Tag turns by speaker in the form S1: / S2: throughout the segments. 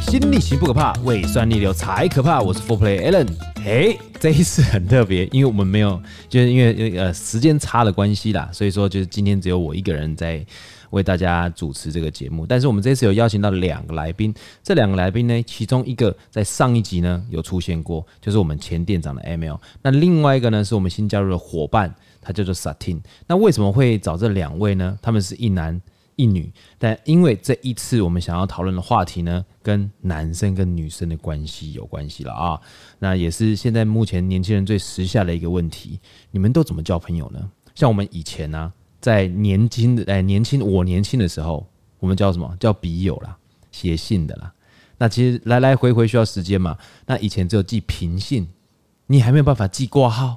S1: 心逆行不可怕，胃酸逆流才可怕。我是 Four Play Allen。哎，这一次很特别，因为我们没有，就是因为呃时间差的关系啦，所以说就是今天只有我一个人在为大家主持这个节目。但是我们这次有邀请到两个来宾，这两个来宾呢，其中一个在上一集呢有出现过，就是我们前店长的 ML，那另外一个呢是我们新加入的伙伴，他叫做 Satin。那为什么会找这两位呢？他们是一男一女，但因为这一次我们想要讨论的话题呢，跟男生跟女生的关系有关系了啊。那也是现在目前年轻人最时下的一个问题，你们都怎么交朋友呢？像我们以前呢、啊，在年轻的哎、年轻我年轻的时候，我们叫什么叫笔友啦，写信的啦。那其实来来回回需要时间嘛。那以前只有寄平信，你还没有办法寄挂号。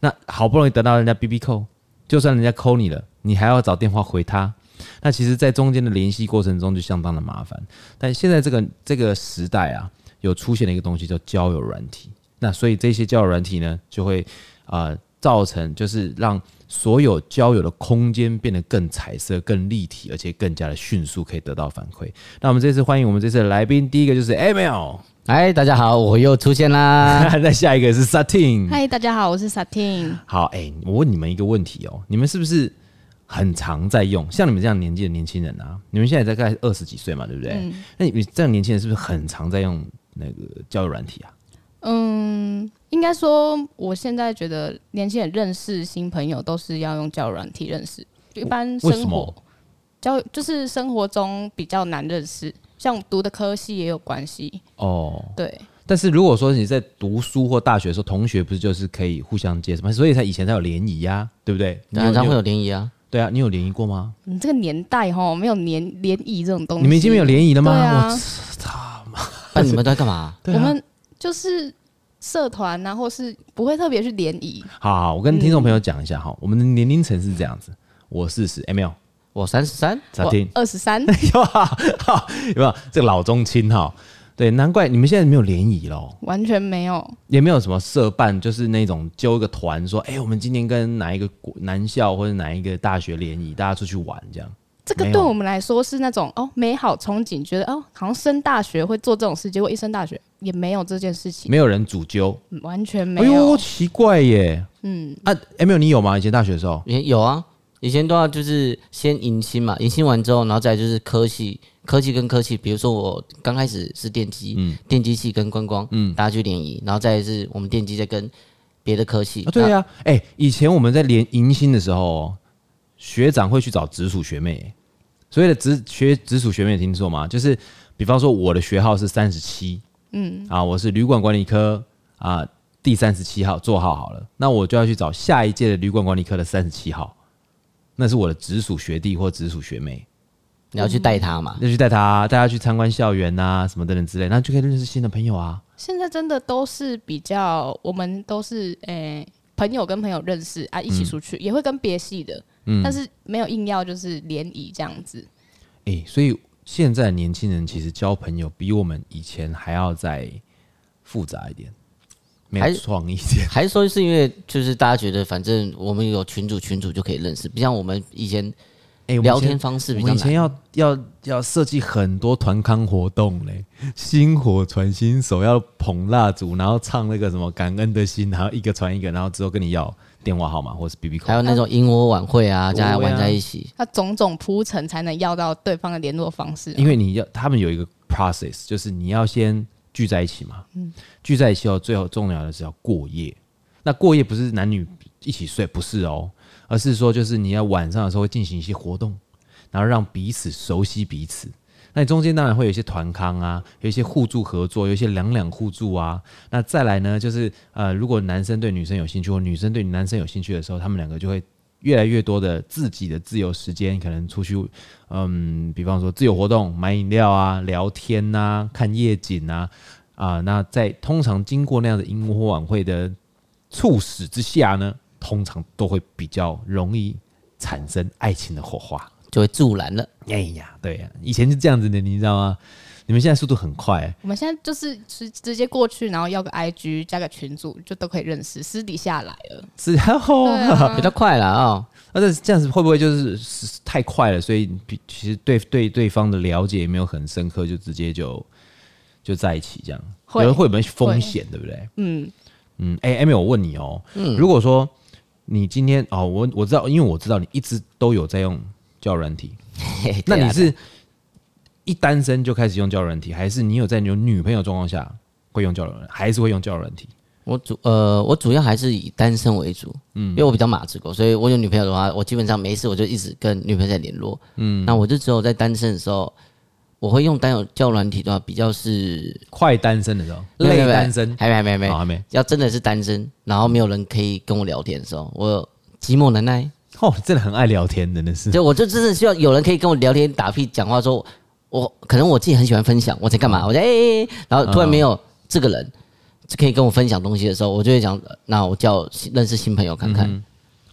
S1: 那好不容易得到人家 B B 扣，就算人家扣你了，你还要找电话回他。那其实，在中间的联系过程中就相当的麻烦。但现在这个这个时代啊，有出现了一个东西叫交友软体。那所以这些交友软体呢，就会啊、呃造成就是让所有交友的空间变得更彩色、更立体，而且更加的迅速可以得到反馈。那我们这次欢迎我们这次的来宾，第一个就是 Emil，
S2: 哎，大家好，我又出现啦！
S1: 那下一个是 Satin。
S3: 嗨，大家好，我是 Satin。
S1: 好，哎、我问你们一个问题哦，你们是不是很常在用？像你们这样年纪的年轻人啊，你们现在大概二十几岁嘛，对不对？
S3: 嗯
S1: 那你们这样年轻人是不是很常在用那个交友软体啊？
S3: 嗯，应该说，我现在觉得年轻人认识新朋友都是要用交友软体认识，就一般
S1: 为什
S3: 生
S1: 么
S3: 活交就是生活中比较难认识，像读的科系也有关系。
S1: 哦，
S3: 对，
S1: 但是如果说你在读书或大学的时候，同学不是就是可以互相介绍吗？所以才以前才有联谊呀，对不对？ 你
S2: 当然
S1: 有
S2: 他
S1: 你
S2: 会
S1: 有
S2: 有联谊啊，
S1: 对啊，你有联谊过吗？
S3: 你这个年代哈，没有联联谊这种东西，
S1: 你们已经没有联谊了吗？
S3: 对啊
S1: 我操！
S2: 那你们都在干 嘛？
S1: 对啊
S3: 我们就是社团啊，或是不会特别去联谊。
S1: 好好，我
S3: 嗯
S1: 跟听众朋友讲一下哈，我们的年龄层是这样子，我四十，M 哎 L
S2: 我三十三，
S1: 咋听？
S3: 二十 三，
S1: 有没有？这个老中青哈，对，难怪你们现在没有联谊喽，
S3: 完全没有。
S1: 也没有什么社办，就是那种揪一个团说，哎、我们今天跟哪一个国男校或者哪一个大学联谊，大家出去玩这样。
S3: 这个
S1: 没有
S3: 对我们来说是那种哦美好憧憬，觉得哦好像升大学会做这种事，结果一升大学也没有这件事情，
S1: 没有人主揪，
S3: 嗯完全没
S1: 哎呦，
S3: 有。
S1: 奇怪耶。嗯啊，哎，没有，你有吗？以前大学的时候，
S2: 以前有啊，以前都要就是先迎新嘛，迎新完之后，然后再来就是科系，科技跟科技，比如说我刚开始是电机，
S1: 嗯
S2: 电机系跟观光，嗯，大家去联谊，然后再来是我们电机在跟别的科系，
S1: 啊，对啊，哎，以前我们在联迎新的时候哦，学长会去找直属学妹耶。所谓的直学直属学妹，听说吗？就是比方说我的学号是三十七，嗯，啊，我是旅馆管理科啊第三十七号座号好了，那我就要去找下一届的旅馆管理科的三十七号，那是我的直属学弟或直属学妹，
S2: 你要去带他嘛，
S1: 那就带他带他去参观校园啊什么等等之类，那就可以认识新的朋友啊。
S3: 现在真的都是比较，我们都是诶、朋友跟朋友认识啊，一起出
S1: 嗯
S3: 去、也会跟别系的，但是没有硬要就是联谊这样子。
S1: 诶、所以现在年轻人其实交朋友比我们以前还要再复杂一点，没
S2: 还
S1: 有创意一 点。
S2: 还是说是因为就是大家觉得反正我们有群主群主就可以认识，不像我们以前
S1: 诶、我们以
S2: 聊
S1: 前
S2: 天方式比
S1: 我
S2: 较
S1: 以前
S2: 难。
S1: 要要要设计很多团康活动嘞， 星火传心手要捧蜡烛，然后唱那个什么感恩的心，然后一个传一个，然后之后跟你要电话号码或是 B B
S2: 还
S1: 扣。
S2: 有那种萤火晚会啊，大家
S1: 对啊
S2: 玩在一起，
S3: 那种种铺陈才能要到对方的联络方式啊、
S1: 因为你要他们有一个 process，就是你要先聚在一起嘛，聚在一起后，最后重要的是要过夜。那过夜不是男女一起睡，不是哦，而是说就是你要晚上的时候会进行一些活动，然后让彼此熟悉彼此。那你中间当然会有一些团康啊，有一些互助合作，有一些两两互助啊。那再来呢，就是呃，如果男生对女生有兴趣，或女生对男生有兴趣的时候，他们两个就会越来越多的自己的自由时间，可能出去嗯，比方说自由活动、买饮料啊、聊天呐、看夜景啊，啊、那在通常经过那样的萤火晚会的促使之下呢，通常都会比较容易产生爱情的火花。
S2: 就会助燃了。
S1: 哎呀，对呀、以前是这样子的，你知道吗？你们现在速度很快、
S3: 我们现在就是直直接过去，然后要个 IG 加个群组就都可以认识，私底下来了。
S1: 是 后
S3: 对啊
S2: 比较快了啊、
S1: 那这这样子会不会就是是太快了？所以比其实对对对方的了解也没有很深刻，就直接就就在一起这样，
S3: 会
S1: 有会有没有风险，对不对？
S3: 嗯，
S1: 嗯，哎、a m y 我问你哦、
S2: 嗯
S1: 如果说你今天哦，我我知道，因为我知道你一直都有在用教软体，
S2: 嘿嘿
S1: 那
S2: 对
S1: 你
S2: 啊
S1: 是一单身就开始用交友软体，还是你有在你有女朋友状况下会用交友软，还是会用交友软体？
S2: 我主呃，我主要还是以单身为主，嗯，因为我比较马子狗，所以我有女朋友的话，我基本上没事我就一直跟女朋友在联络，嗯，那我就只有在单身的时候，我会用单友交友软体的话，比较是
S1: 快单身的时候，累单身，
S2: 还没还没还没
S1: 好还没
S2: 要真的是单身，然后没有人可以跟我聊天的时候，我寂寞难耐，
S1: 哦，你真的很爱聊天，真的是。
S2: 就我就真的需要有人可以跟我聊天、打屁、讲话说我可能我自己很喜欢分享，我在干嘛？我在哎、欸欸然后突然没有这个人可以跟我分享东西的时候，我就会讲，那我叫新认识新朋友看看。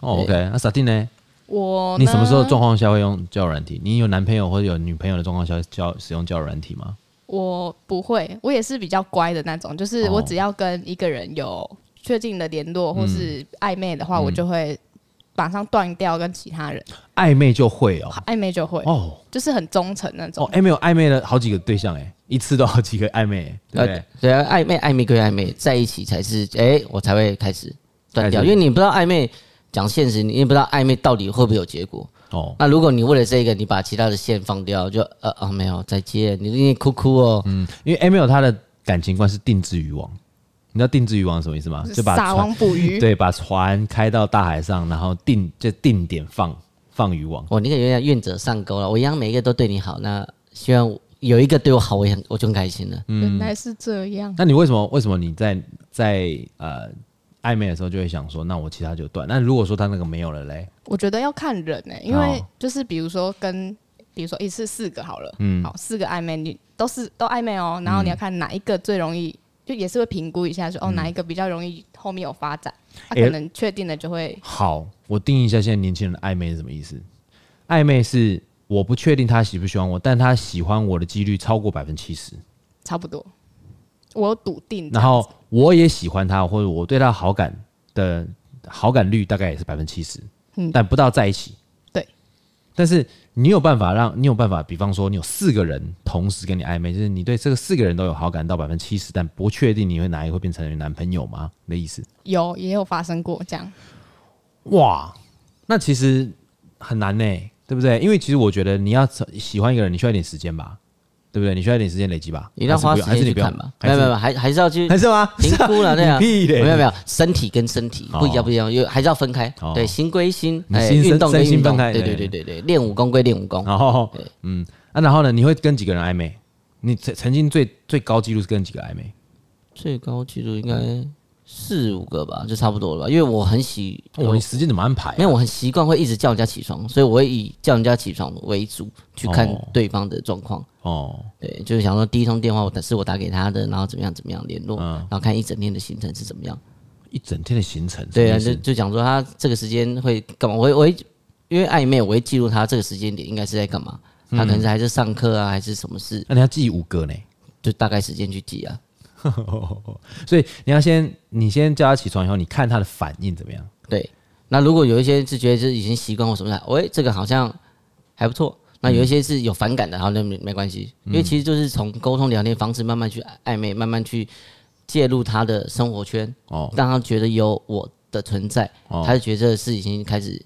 S1: 哦，OK，那傻弟呢？
S3: 我
S1: 你什么时候
S3: 呢
S1: 状况下会用交友软体？你有男朋友或者有女朋友的状况下交使用交友软体吗？
S3: 我不会，我也是比较乖的那种，就是
S1: 哦
S3: 我只要跟一个人有确定的联络或是
S1: 嗯
S3: 暧昧的话，我就会马上断掉跟其他人，
S1: 暧昧就会哦，
S3: 暧昧就会，
S1: 嗯哦
S3: 就是很忠诚那
S1: 哦
S3: 种，。
S1: 哎、没有暧昧了好几个对象哎、一次都好几个暧昧、欸，对不对？
S2: 呃，对啊，暧昧暧昧归暧昧，在一起才是哎、我才会开始断掉，
S1: 开
S2: 因
S1: 始
S2: 为你不知道暧昧。讲现实，你也不知道暧昧到底会不会有结果。
S1: 哦，
S2: 那如果你为了这个，你把其他的线放掉，就呃啊没有再见，你你哭哭哦，
S1: 因为 Emil 他的感情观是定制渔网，你知道定制渔网是什么意思吗？就把
S3: 撒
S1: 船
S3: 网捕鱼，
S1: 对，把船开到大海上，然后定就定点放放渔网。
S2: 我哦那个有点愿者上钩了，我一样每一个都对你好，那希望有一个对我好，我也很我就很开心
S1: 嗯
S2: 了。
S3: 原来是这样。
S1: 那你为什么为什么你在在呃暧昧的时候就会想说，那我其他就断？那如果说他那个没有了嘞，
S3: 我觉得要看人呢、因为
S1: 哦
S3: 就是比如说跟，比如说一次四个好了，
S1: 嗯
S3: 好四个暧昧，你都是都暧昧哦，然后你要看哪一个最容易，就也是会评估一下说哦哪一个比较容易后面有发展，
S1: 嗯
S3: 他
S1: 诶
S3: 可能确定了就会
S1: 好，我定义一下现在年轻人的暧昧是什么意思？暧昧是我不确定他喜不喜欢我，但他喜欢我的几率超过百分之七十，
S3: 差不多。我有笃定这样子，
S1: 然后我也喜欢他，或者我对他好感的好感率大概也是百分之七十，但不到在一起。
S3: 对，
S1: 但是你有办法让你有办法，比方说你有四个人同时跟你暧昧，就是你对这个四个人都有好感到百分之七十，但不确定你会哪一个会变成你男朋友吗？你的意思？
S3: 有也有发生过这样，
S1: 哇，那其实很难呢、对不对？因为其实我觉得你要喜欢一个人，你需要一点时间吧，对不对？你需要一点时间累积吧，
S2: 一定要花
S1: 还
S2: 时
S1: 是不用还是你
S2: 间去
S1: 不用
S2: 看吧，
S1: 还
S2: 没
S1: 是
S2: 有没有，还还是要去
S1: 还是吗？
S2: 评估 了，对啊，
S1: 你屁嘞
S2: 没有没有，身体跟身体
S1: 哦
S2: 不一样不一样，有还是要分开
S1: 哦，
S2: 对，心归心，
S1: 你
S2: 哎，
S1: 心身
S2: 运动
S1: 身
S2: 归
S1: 心
S2: 运动，
S1: 分开
S2: 对
S1: 对
S2: 对对对对，练武功归练武功，
S1: 然后，嗯啊，然后呢？你会跟几个人暧昧？你曾曾经最最高纪录是跟几个暧昧？
S2: 最高记录应该四五个吧，就差不多了吧，因为我很喜，
S1: 哦，
S2: 我
S1: 你时间怎么安排、
S2: 因为我很习惯会一直叫人家起床，所以我会以叫人家起床为主去看
S1: 哦
S2: 对方的状况。
S1: 哦，
S2: 对，就是想说第一通电话我打是我打给他的，然后怎么样怎么样联络，
S1: 嗯
S2: 然后看一整天的行程是怎么样。
S1: 一整天的行程，
S2: 对啊，
S1: 什么
S2: 就
S1: 意思
S2: 就讲说他这个时间会干嘛？我会我会因为暧昧，我会记录他这个时间点应该是在干嘛。
S1: 嗯
S2: 他可能是还是上课啊，还是什么事，
S1: 那你要记五个呢，
S2: 就大概时间去记啊。
S1: 所以你要先你先叫他起床以后，你看他的反应怎么样？
S2: 对，那如果有一些是觉得就是已经习惯或什么的，喂，这个好像还不错。那
S1: 嗯
S2: 有一些是有反感的，然后那没没关系，因为其实就是从沟通聊天方式慢慢去暧昧，慢慢去介入他的生活圈，
S1: 哦
S2: 让他觉得有我的存在，
S1: 哦
S2: 他就觉得这个事已经开始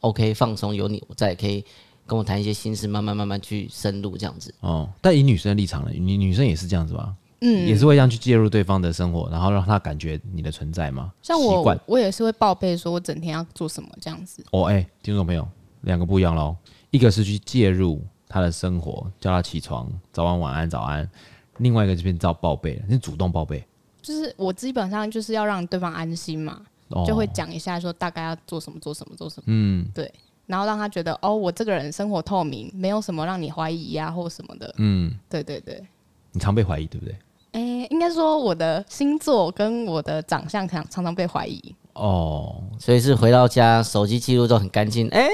S2: OK 放松，有你我在，可以跟我谈一些心事，慢慢慢慢去深入这样子。
S1: 哦，但以女生的立场呢，你女生也是这样子吧？
S3: 嗯，
S1: 也是会这样去介入对方的生活，然后让他感觉你的存在吗？
S3: 像
S1: 习惯
S3: 我，我也是会报备说我整天要做什么这样子，
S1: 哦，哎、听众朋友，两个不一样喽，一个是去介入他的生活，叫他起床，早安晚安早安；，另外一个这边叫报备了，是主动报备，
S3: 就是我基本上就是要让对方安心嘛，
S1: 哦，
S3: 就会讲一下说大概要做什么做什么做什么，嗯，对，然后让他觉得哦，我这个人生活透明，没有什么让你怀疑呀、或什么的，
S1: 嗯，
S3: 对对对。
S1: 你常被怀疑，对不对？
S3: 诶，应该说我的星座跟我的长相常常常被怀疑，
S1: 哦，
S2: 所以是回到家，手机记录都很干净，哎、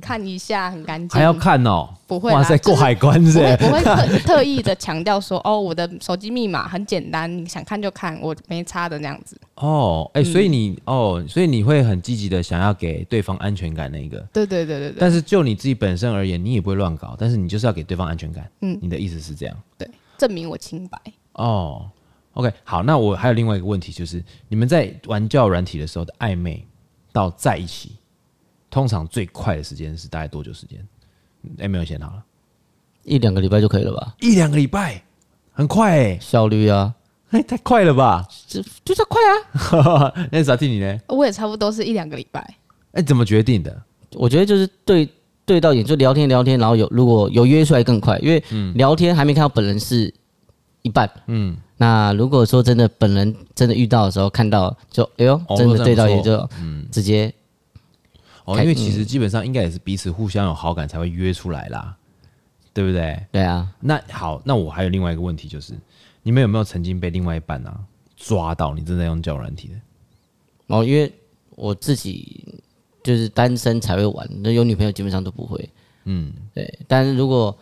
S3: 看一下很干净，
S1: 还要看哦，
S3: 不会啦
S1: 哇塞，
S3: 就是
S1: 过海关
S3: 不
S1: 是不
S3: 会
S1: 是
S3: 不会特特意的强调说哦，我的手机密码很简单，你想看就看，我没差的那样子。
S1: 哦，哎、所以你、
S3: 嗯
S1: 哦，所以你会很积极的想要给对方安全感那一个，
S3: 对对对对对，
S1: 但是就你自己本身而言，你也不会乱搞，但是你就是要给对方安全感，嗯，你的意思是这样，
S3: 对。证明我清白。
S1: 哦，OK，好，那我还有另外一个问题，就是你们在玩教软体的时候的暧昧到在一起，通常最快的时间是大概多久时间？哎，没有先好了，
S2: 一两个礼拜就可以了吧？
S1: 一两个礼拜，很快哎、
S2: 效率啊，
S1: 哎，太快了吧？
S2: 就就是快啊！
S1: 那咋替你呢？
S3: 我也差不多是一两个礼拜，
S1: 哎，怎么决定的？
S2: 我觉得就是对对到眼就聊天聊天，然后有如果有约出来更快，因为聊天还没看到本人是一半，嗯。那如果说真的本人真的遇到的时候看到就哎呦
S1: 哦，
S2: 真的嗯对到
S1: 那
S2: 眼
S1: 不错
S2: 就直接
S1: 哦，
S2: 开
S1: 因为其实基本上应该也是彼此互相有好感才会约出来啦，对不对？
S2: 对啊，
S1: 那好，那我还有另外一个问题就是，你们有没有曾经被另外一半啊抓到你正在用交友软体的？
S2: 然后因为我自己就是单身才会玩，那有女朋友基本上都不会。嗯，对。但是如果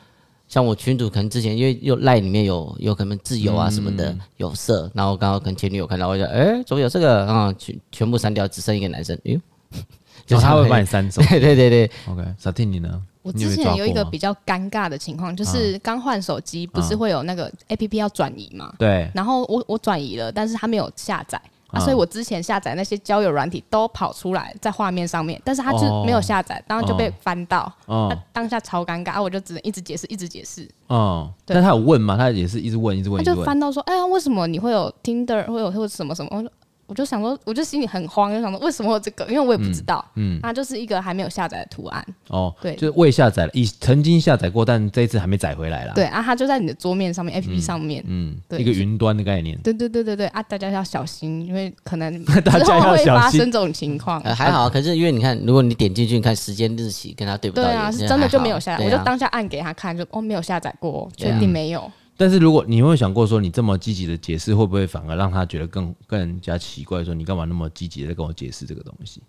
S2: 像我群主可能之前因为又赖里面有有可能自由啊什么的、
S1: 嗯
S2: 有色，然后刚好可能前女友看到我就哎、诶怎么有这个啊、全全部删掉，只剩一个男生，哎呦，
S1: 就是他会把
S2: 蛮
S1: 你 删走。
S2: 对对对对，
S1: OK，小弟你呢？
S3: 我
S1: 你有
S3: 之
S1: 被
S3: 前
S1: 抓
S3: 有一
S1: 过
S3: 个
S1: 吗啊
S3: 比较尴尬的情况，就是刚换手机，不是会有那个 A P P 要转移吗？
S1: 对，
S3: 然后我我转移了，但是它没有下载。
S1: 嗯
S3: 啊，所以我之前下载那些交友软体都跑出来在画面上面，但是它就是没有下载，然后就被翻到，
S1: 哦
S3: 他、当下超尴尬，啊，我就只能一直解释，一直解释，
S1: 哦，
S3: 对
S1: 但他有问嘛？他也是一直问，一直
S3: 他
S1: 问，一直
S3: 就
S1: 问。
S3: 翻到说，哎呀，为什么你会有 Tinder，会有会有什么什么？我就我就想说，我就心里很慌，就想说为什么有这个，因为我也不知道，嗯，它就是一个还没有下载的图案，
S1: 哦，
S3: 对
S1: 就是未下载了，已曾经下载过，但这一次还没载回来啦。
S3: 对，啊，它就在你的桌面上面，APP 上面，
S1: 嗯，
S3: 对
S1: 一个云端的概念。
S3: 对对对对对啊，大家要小心，因为可能
S1: 大
S3: 之
S1: 家
S3: 后
S1: 要
S3: 会
S1: 小
S3: 发
S1: 心
S3: 生这种情况，
S2: 呃还好啊。可是因为你看，如果你点进去你看时间日期跟他对不到
S3: 对
S2: 眼，
S3: 啊，
S2: 那
S3: 是真的就
S2: 还好
S3: 没有下载，
S2: 对
S3: 我
S2: 啊
S3: 就当下按给他看，就哦没有下载过哦，
S2: 对
S3: 确
S2: 啊
S3: 定没有。
S1: 但是如果你有没有想过说，你这么积极的解释，会不会反而让他觉得更更加奇怪？说你干嘛那么积极的跟我解释这个东西？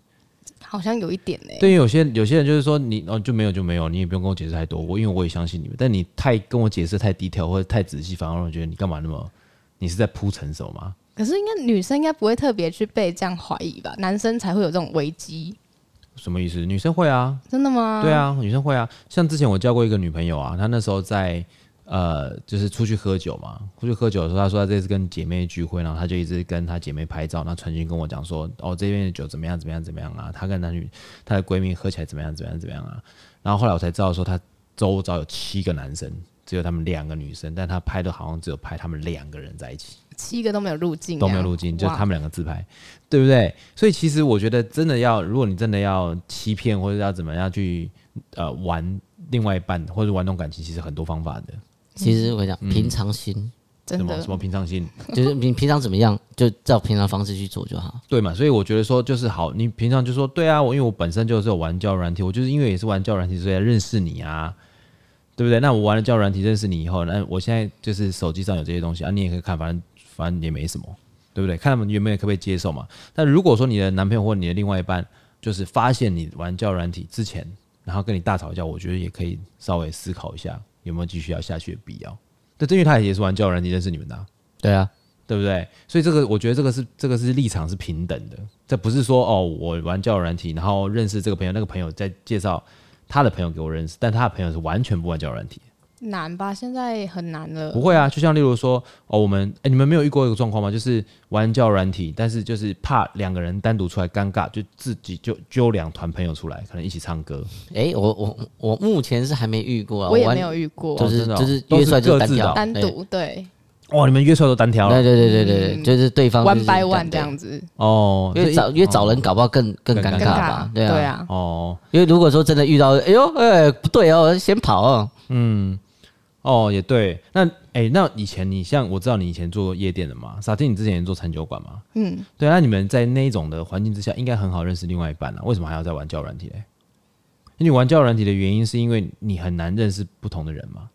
S3: 好像有一点呢、
S1: 对，因为有啊些有些人就是说你哦就没有就没有，你也不用跟我解释太多，我因为我也相信你们。但你太跟我解释太 detail 或者太仔细，反而让我觉得你干嘛那么你是在铺陈什么吗？
S3: 可是应该女生应该不会特别去被这样怀疑吧？男生才会有这种危机，
S1: 什么意思？女生会啊，
S3: 真的吗？
S1: 对，啊，女生会啊。像之前我交过一个女朋友啊，她那时候在呃，就是出去喝酒嘛，出去喝酒的时候，她说她这次跟姐妹聚会，然后她就一直跟她姐妹拍照，然后传讯跟我讲说，哦这边的酒怎么样怎么样怎么样啊，她跟她女她的闺蜜喝起来怎么样怎么样怎么样啊。然后后来我才知道说，她周遭有七个男生，只有他们两个女生，但她拍的好像只有拍他们两个人在一起。
S3: 七个都没有入境，啊
S1: 都没有路径，就是
S3: 哇
S1: 他们两个自拍，对不对？所以其实我觉得，真的要，如果你真的要欺骗或者要怎么样去呃玩另外一半或者玩弄感情，其实很多方法的，
S2: 其实我跟
S1: 嗯
S2: 你讲，平常心
S1: 什
S3: 真
S1: 么
S3: 的
S1: 什么平常心，
S2: 就是你平常怎么样，就照平常方式去做就好。
S1: 对嘛？所以我觉得说就是好，你平常就说对啊，我因为我本身就是有玩交友软体，我就是因为也是玩交友软体，所以才认识你啊。对不对？那我玩了交友软体认识你以后，那我现在就是手机上有这些东西啊，你也可以看，反正反正也没什么，对不对？看他们原本可不可以接受嘛。但如果说你的男朋友或你的另外一半，就是发现你玩交友软体之前，然后跟你大吵一架，我觉得也可以稍微思考一下有没有继续要下去的必要。对，因为他也是玩交友软体认识你们的啊、
S2: 对啊，
S1: 对不对？所以这个我觉得这个是这个是立场是平等的，这不是说哦，我玩交友软体，然后认识这个朋友，那个朋友再介绍他的朋友给我认识，但他的朋友是完全不玩交友软体。
S3: 难吧？现在很难了
S1: 不。会啊，就像例如说哦，我们哎，你们没有遇过一个状况吗？就是玩交友软体，但是就是怕两个人单独出来尴尬，就自己就揪两团朋友出来，可能一起唱歌，
S2: 诶，我我我目前是还没遇过啊，
S3: 我也
S2: 玩
S3: 没有遇过
S2: 就
S1: 哦
S2: 是
S1: 真的哦
S2: 就是
S1: 都是
S2: 约出来就
S1: 各
S2: 单
S1: 自的哦
S2: 挑
S3: 单
S2: 对
S3: 独对
S1: 哇，你们约出来都单挑
S2: 对
S1: 了
S2: 对对对对对，就是对方
S3: 嗯，one
S2: 就是
S3: by one
S2: 对
S3: 这样子，
S1: 哦，
S2: 因
S1: 所
S2: 为
S1: 以
S2: 找因为找人搞不好更更
S1: 更
S2: 尴
S1: 尴
S2: 尬
S3: 尴
S2: 吧
S3: 尬，，
S2: 对
S3: 对
S2: 啊，
S3: 啊，
S1: 哦
S2: 因为如果说真的遇到，哎呦，哎不对哦，先跑哦，
S1: 哦也对，那哎、那以前你像我知道你以前做夜店的嘛，傻丁你之前也做餐酒馆嘛，
S3: 嗯，
S1: 对啊，那你们在那一种的环境之下，应该很好认识另外一半啊了、为什么还要再玩交友软体嘞？因为你玩交友软体的原因，是因为你很难认识不同的人嘛？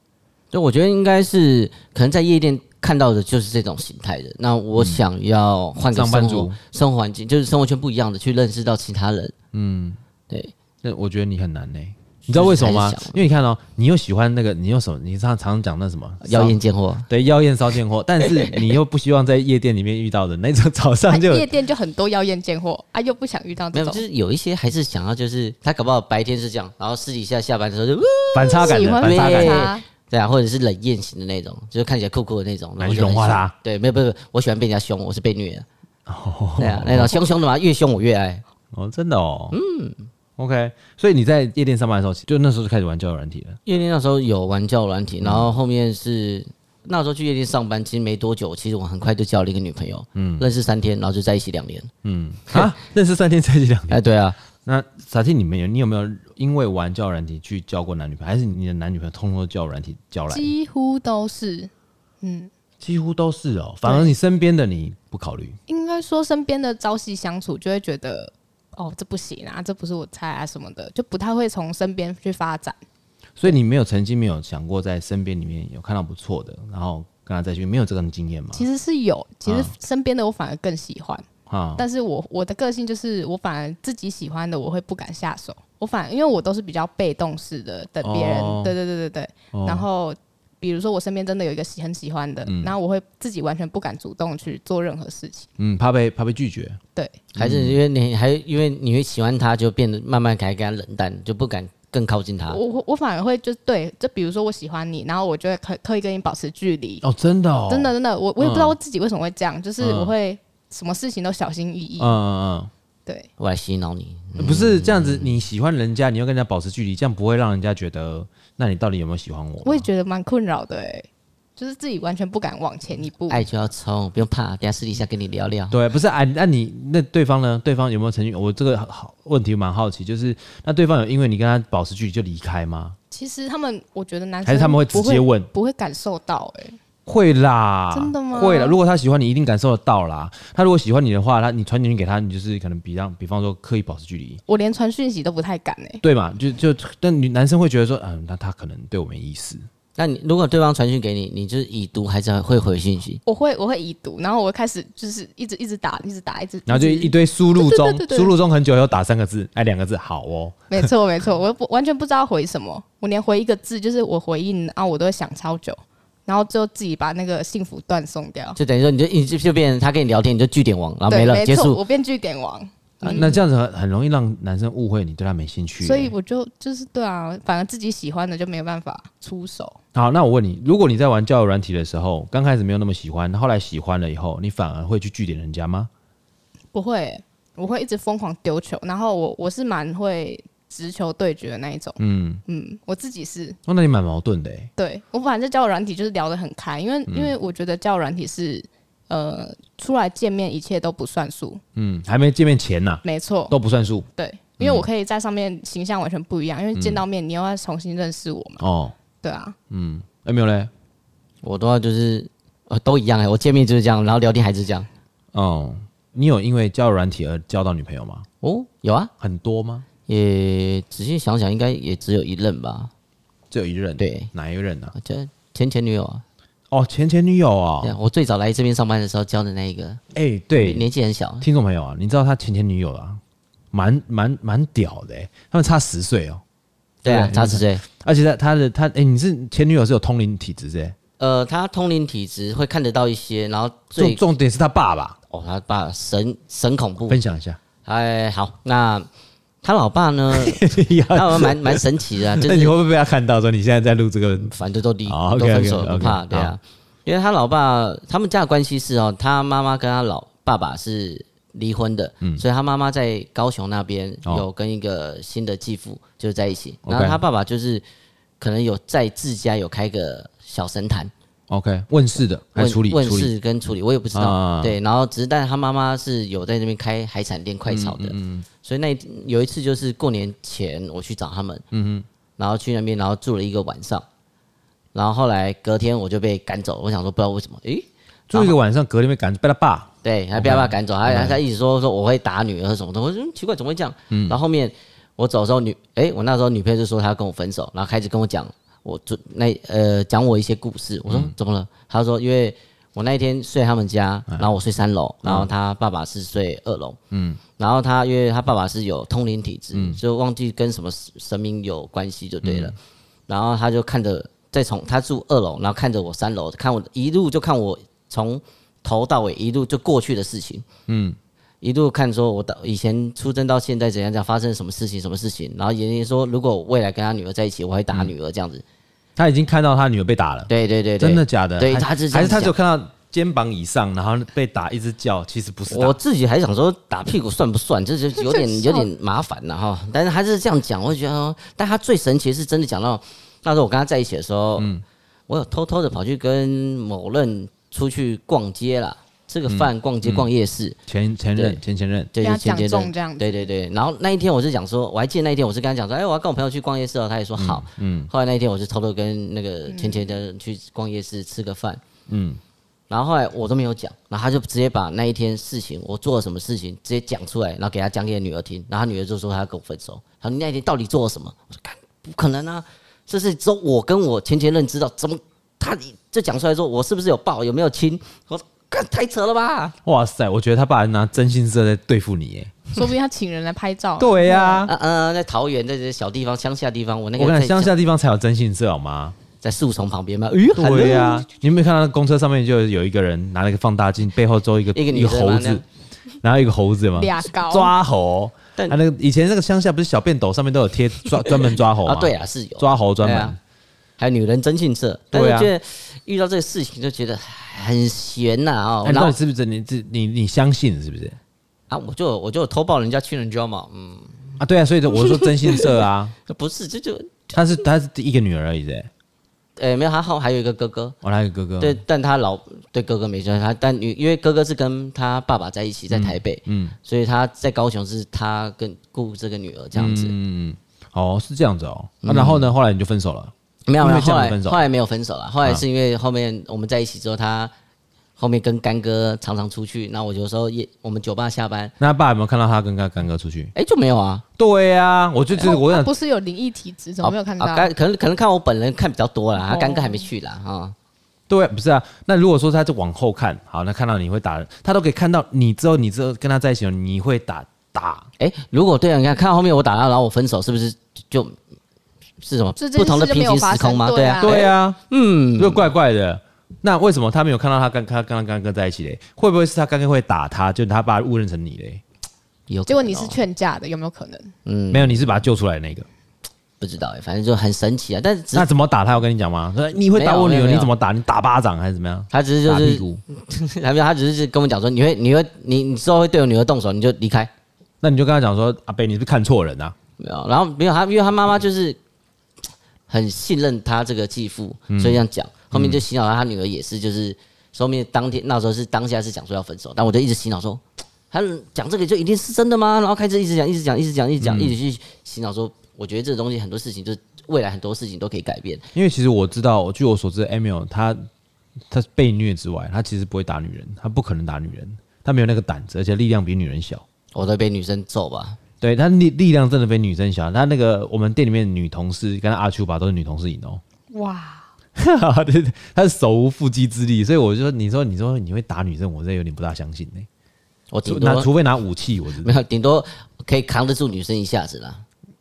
S2: 就我觉得应该是可能在夜店看到的就是这种形态的。那我想要换个
S1: 嗯上班
S2: 生
S1: 族
S2: 活生活环境，就是生活圈不一样的，去认识到其他人。嗯，对，
S1: 那我觉得你很难呢、你知道为什么吗
S2: 还是想？
S1: 因为你看哦，你又喜欢那个，你又什么？你常常讲那什么
S2: 妖艳
S1: 烧
S2: 贱货。
S1: 对妖艳烧贱货，但是你又不希望在夜店里面遇到的那种，早
S3: 啊
S1: 上就
S3: 夜店就很多妖艳贱货啊，又不想遇到
S2: 没
S3: 这
S2: 有，
S3: 种
S2: 就，是有一些还是想要，就是他搞不好白天是这样，然后私底下下班的时候就，
S1: 反差感
S3: 喜
S1: 的
S3: 欢
S1: 反差
S2: 被
S1: 感
S3: 被
S1: 的。
S3: 查
S2: 对啊，或者是冷艳型的那种，就是看起来酷酷的那种，
S1: 那
S2: 然
S1: 你
S2: 后
S1: 去
S2: 就很
S1: 融化
S2: 凶啊
S1: 它。
S2: 对，没有，不是，我喜欢被人家凶，我是被虐的。
S1: 哦
S2: 对啊，那种凶凶的嘛，越凶我越爱。
S1: 哦，真的哦，嗯，OK，所以你在夜店上班的时候，就那时候就开始玩交友软体了，
S2: 夜店那时候有玩交友软体，然后后面是那时候去夜店上班，其实没多久，其实我很快就交了一个女朋友，嗯，认识三天，然后就在一起两年。
S1: 嗯，啊，认识三天在一起两年，
S2: 哎，对啊，
S1: 那傻 T 你们有你有没有因为玩交友软体去交过男女朋友，还是你的男女朋友通通都交友软体交来的？
S3: 几乎都是，嗯，
S1: 几乎都是哦，反而你身边的你不考虑，
S3: 应该说身边的朝夕相处，就会觉得哦，这不行啊，这不是我菜啊什么的，就不太会从身边去发展。
S1: 啊所以你没有曾经没有想过在身边里面有看到不错的，然后跟他再去，没有这种经验吗？
S3: 其实是有，其实
S1: 啊
S3: 身边的我反而更喜欢，
S1: 啊，
S3: 但是我我的个性就是，我反而自己喜欢的我会不敢下手，我反因为我都是比较被动式的，等别人，
S1: 哦
S3: 对对对对对，
S1: 哦
S3: 然后。比如说，我身边真的有一个喜很喜欢的，然后我会自己完全不敢主动去做任何事情。
S1: 嗯，怕被怕被拒绝，
S3: 对，
S2: 还是因为你还因为你会喜欢他，就变得慢慢开始跟他冷淡，就不敢更靠近
S1: 啊
S2: 他。
S3: 我我我反而会就对，就比如说我喜欢你，然后我就会刻刻意跟你保持距离。
S1: 哦，真的哦，
S3: 真的，真的，我我也不知
S1: 嗯
S3: 道我自己为什么会这样，就是
S1: 嗯
S3: 我会什么事情都小心翼翼。
S1: 嗯嗯
S3: 对，
S2: 我来洗脑你，
S1: 嗯，不是这样子，你喜欢人家，你要跟人家保持距离，这样不会让人家觉得，那你到底有没有喜欢我吗？
S3: 我也觉得蛮困扰的、欸，就是自己完全不敢往前一
S1: 哎
S3: 步。
S2: 爱就要冲，不用怕，等一下私底下跟你聊聊。
S1: 对，不是哎，那你那对方呢？对方有没有曾经？我这个好问题蛮好奇，就是那对方有因为你跟他保持距离就离开吗？
S3: 其实他们，我觉得男生
S1: 还是他们会直
S3: 不
S1: 接问？
S3: 不会感受到、欸，
S1: 会啦，
S3: 真的吗
S1: 会啦。如果他喜欢你，一定感受得到啦。他如果喜欢你的话，他你传简讯给他，你就是可能比让比方说刻意保持距离，
S3: 我连传讯息都不太敢、欸，
S1: 对嘛？就就但女男生会觉得说，嗯，那他可能对我没意思。
S2: 那你如果对方传讯给你，你就是已读还是会回讯息？
S3: 我会我会已读，然后我会开始就是一直一直打，一直打，一直，
S1: 然后就
S3: 直
S1: 一堆 输入中
S3: 对对，对对
S1: 输入中很久以后打三个字，哎，两个字，好哦，
S3: 没错没错，我又不完全不知道回什么，我连回一个字，就是我回应，然后我都会想超久，然后最后自己把那个幸福断送掉。
S2: 就等于说你就你就就变成他跟你聊天，你就据点王，然后
S3: 对，
S2: 没了
S3: 没
S2: 结
S3: 错，
S2: 束。
S3: 我变据点王，
S1: 啊那这样子很很容易让男生误会你对他没兴趣。
S3: 嗯所以我就就是对啊，反而自己喜欢的就没有办法出手。
S1: 好，那我问你，如果你在玩交友软体的时候，刚开始没有那么喜欢，后来喜欢了以后，你反而会去据点人家吗？
S3: 不会欸、我会一直疯狂丢球，然后我我是蛮会直球对决的那一种。
S1: 嗯，
S3: 嗯，我自己是
S1: 哦，那你蛮矛盾的欸
S3: 对我反正交友软体就是聊得很开，因为、
S1: 嗯
S3: 因为我觉得交友软体是呃出来见面一切都不算数，
S1: 嗯，还没见面前呐、
S3: 没错，
S1: 都不算数
S3: 对。因为我可以在上面形象完全不一样，因
S1: 嗯
S3: 为见到面你又要重新认识我嘛，
S1: 哦。
S3: 对啊，
S1: 哎、没有嘞，
S2: 我的话就是呃都一样哎、我见面就是这样，然后聊天还是这样。
S1: 哦，你有因为交友软体而交到女朋友吗？
S2: 哦，有啊，
S1: 很多吗？
S2: 也仔细想想，应该也只有一任吧。
S1: 只有一任，
S2: 对，
S1: 哪一任呢、啊？
S2: 这前前女友啊，
S1: 哦，前前女友
S2: 对
S1: 哦，
S2: 啊，我最早来这边上班的时候交的那一个，
S1: 哎、对，
S2: 年纪很小，
S1: 听众朋友啊，你知道他前前女友啊，蛮蛮蛮屌的、欸，他们差十岁哦，
S2: 对啊，
S1: 对
S2: 差十岁。
S1: 而且他他的他，哎、你是前女友是有通灵体质的、欸，
S2: 呃，他通灵体质会看得到一些，然后
S1: 重
S2: 最
S1: 重点是他爸爸，
S2: 哦，他爸神神恐怖。
S1: 分享一下。
S2: 哎，好，那他老爸呢？ 他老爸蛮蛮神奇的、啊，就
S1: 那你
S2: 是
S1: 会不会被他看到说你现在在录这个？
S2: 反正都离、
S1: 哎哦
S2: 都
S1: OK，OK，
S2: 分手了，
S1: OK，
S2: 不怕，对啊。因为他老爸他们家的关系是哦，他妈妈跟他老爸爸是离婚的，所以他妈妈在高雄那边
S1: 嗯哦
S2: 有跟一个新的继父就是在一起，
S1: OK
S2: 然后他爸爸就是可能有在自家有开个小神坛，
S1: OK，问世的还
S2: 问
S1: 处理
S2: 问
S1: 处理，
S2: 世跟处理，我也不知道。
S1: 啊
S2: 对，然后只是，但是他妈妈是有在那边开海产店快炒
S1: 嗯
S2: 的，所以那一有一次就是过年前我去找他们，
S1: 嗯
S2: 然后去那边，然后住了一个晚上，然后后来隔天我就被赶走，我想说不知道为什么，诶，
S1: 住一个晚上，隔天被赶被他爸
S2: 对，他被他爸赶走，他他他一直说说我会打女儿什么的，我说、嗯、奇怪怎么会这样？然后后面我走的时候女，哎、我那时候女朋友就说她要跟我分手，然后开始跟我讲我就那呃讲我一些故事，我说、怎么了？她说因为我那一天睡他们家，然后我睡三楼，然后他爸爸是睡二楼，嗯，然后他因为他爸爸是有通灵体质，就忘记跟什么神明有关系就对了，然后他就看着。再从他住二楼，然后看着我三楼，看我一路就看我从头到尾一路就过去的事情，嗯，一路看说我到以前出征到现在怎样怎样发生什么事情什么事情，然后爷爷说如果我未来跟他女儿在一起，我会打女儿这样子，
S1: 他已经看到他女儿被打了，
S2: 对对对
S1: 嗯
S2: 对，
S1: 真的假的？
S2: 对
S1: 还
S2: 他是这样
S1: 还是他
S2: 讲
S1: 就看到肩膀以上，然后被打一只叫，其实不是打
S2: 我自己还想说打屁股算不算，这就有点
S3: 笑
S2: 有点麻烦了哈。但是他是这样讲，我就觉得说，但他最神奇的是真的讲到那时候我跟他在一起的时候，
S1: 嗯
S2: 我有偷偷的跑去跟某任出去逛街啦，吃个饭、逛
S1: 嗯
S2: 街、逛夜市。
S1: 前前
S2: 对
S1: 任前前任，
S2: 对，
S3: 跟
S2: 就
S3: 他
S2: 前阶
S3: 讲
S2: 段
S3: 中这样子
S2: 对对对。然后那一天我是讲说，我还记得那一天我是跟他讲说，哎，我要跟我朋友去逛夜市哦，他也说好。嗯。后来那一天我是偷偷跟那个前前的人去逛夜市吃个饭。
S1: 嗯，
S2: 然后后来我都没有讲，然后他就直接把那一天事情我做了什么事情直接讲出来，然后给他讲给女儿听，然后他女儿就说她要跟我分手，他说你那一天到底做了什么？我说干不可能啊，这是只有我跟我前前任知道，怎么他就讲出来说我是不是有抱有没有亲？我说干太扯了吧？
S1: 哇塞，我觉得他爸拿真心社在对付你耶。
S3: 说不定他请人来拍照。
S1: 对呀、
S2: 啊呃，在桃园在这些小地方乡下地方，我那
S1: 我
S2: 个
S1: 跟你
S2: 在
S1: 讲乡下地方才有真性社好吗？
S2: 在树丛旁边嘛，哎呦，
S1: 对呀、你有没有看到公车上面就有一个人拿了一个放大镜，背后做一个
S2: 一个女生
S1: 猴
S2: 吗
S1: 子，然后一个猴子嘛，
S3: 俩高
S1: 啊抓猴。他
S2: 但
S1: 那个以前那个乡下不是小便斗上面都有贴 抓专门抓猴吗？
S2: 啊对啊是有
S1: 哦抓猴专
S2: 对
S1: 门。
S2: 啊还有女人真性色，但
S1: 对
S2: 是
S1: 啊
S2: 觉得遇到这个事情就觉得很悬呐哦
S1: 哎，你
S2: 然
S1: 到
S2: 后
S1: 底是不是真的？你自你你相信是不是？
S2: 啊，我就我就有偷抱人家亲人交嘛，嗯，
S1: 啊，对啊，所以我说真性社 啊，
S2: 不是，这就
S1: 他是他是一个女儿而已的。
S2: 呃、没有，他后还有一个哥哥，
S1: 我来个哥哥，
S2: 对，，但他老对哥哥没交他，但因因为哥哥是跟他爸爸在一起在台北，
S1: 嗯
S2: 所以他在高雄是他跟顾这个女儿这样子，嗯
S1: 嗯，哦，是这样子哦。那然后呢？后来你就分手了。
S2: 没有，
S1: 因为
S2: 然
S1: 这
S2: 后
S1: 样
S2: 后
S1: 分
S2: 来
S1: 手
S2: 后来没有分手了，后来
S1: 啊
S2: 是因为后面我们在一起之后，他后面跟干哥常常出去，那我有时候也我们酒吧下班，
S1: 那他爸有没有看到他跟他干哥出去？
S2: 哎、就没有啊，
S1: 对呀、我就觉得我
S3: 他
S1: 想
S3: 哦不是有灵异体质，怎么没有看到？
S2: 啊干可能可能看我本人看比较多啦，他
S3: 哦
S2: 干哥还没去啦啊。
S1: 对，不是啊。那如果说他就往后看，好，那看到你会打人，他都可以看到你之后，你之后跟他在一起了，你会打打。
S2: 哎、如果对啊，你看看到后面我打他，然后我分手，是不是就是什么
S3: 这件事
S2: 不同的
S3: 就
S2: 平
S3: 没有
S2: 行
S3: 发
S2: 时空
S3: 生
S2: 吗？
S3: 对
S2: 对
S3: 啊
S2: 啊，
S1: 对啊，
S2: 嗯，
S1: 就怪怪的。那为什么他没有看到他跟他跟他干哥在一起嘞？会不会是他干哥会打他，就他把他误认成你嘞？
S2: 有可
S3: 结果
S2: 能
S3: 你是
S2: 哦
S3: 劝架的，有没有可能？
S1: 没有，你是把他救出来的那个。
S2: 不知道哎、反正就很神奇啊。但是只
S1: 那怎么打他？我跟你讲吗？说你会打我女
S2: 没有
S1: 儿，
S2: 没有
S1: 你怎么打？你打巴掌还是怎么样？
S2: 他只是就
S1: 打屁
S2: 是，
S1: 股？
S2: 他没有，他只是跟我讲说，你会你会你你之后会对我女儿动手，你就离开。
S1: 那你就跟他讲说，阿贝，你是不是看错人啊？
S2: 没有，然后没有他，因为他妈妈就是很信任他这个继父，所以这样讲。后面就洗脑他女儿也是，就是说面当天那时候是当下是讲说要分手，但我就一直洗脑说，他讲这个就一定是真的吗？然后开始一直讲，一直讲，一直讲，一直讲，一直去洗脑说，我觉得这个东西很多事情就是未来很多事情都可以改变。
S1: 因为其实我知道，据我所知，Emil 他他是被虐之外，他其实不会打女人，他不可能打女人，他没有那个胆子，而且力量比女人小。
S2: 我都被女生揍吧，
S1: 对他力力量真的比女生小。他那个我们店里面的女同事跟他阿丘吧都是女同事赢哦，
S3: 哇，
S1: 对对，他是手无缚鸡之力，所以我就说，你说你说你会打女生，我这有点不大相信呢、
S2: 我
S1: 除
S2: 顶
S1: 那
S2: 多
S1: 除非拿武器，我知道
S2: 没有顶多可以扛得住女生一下子啦。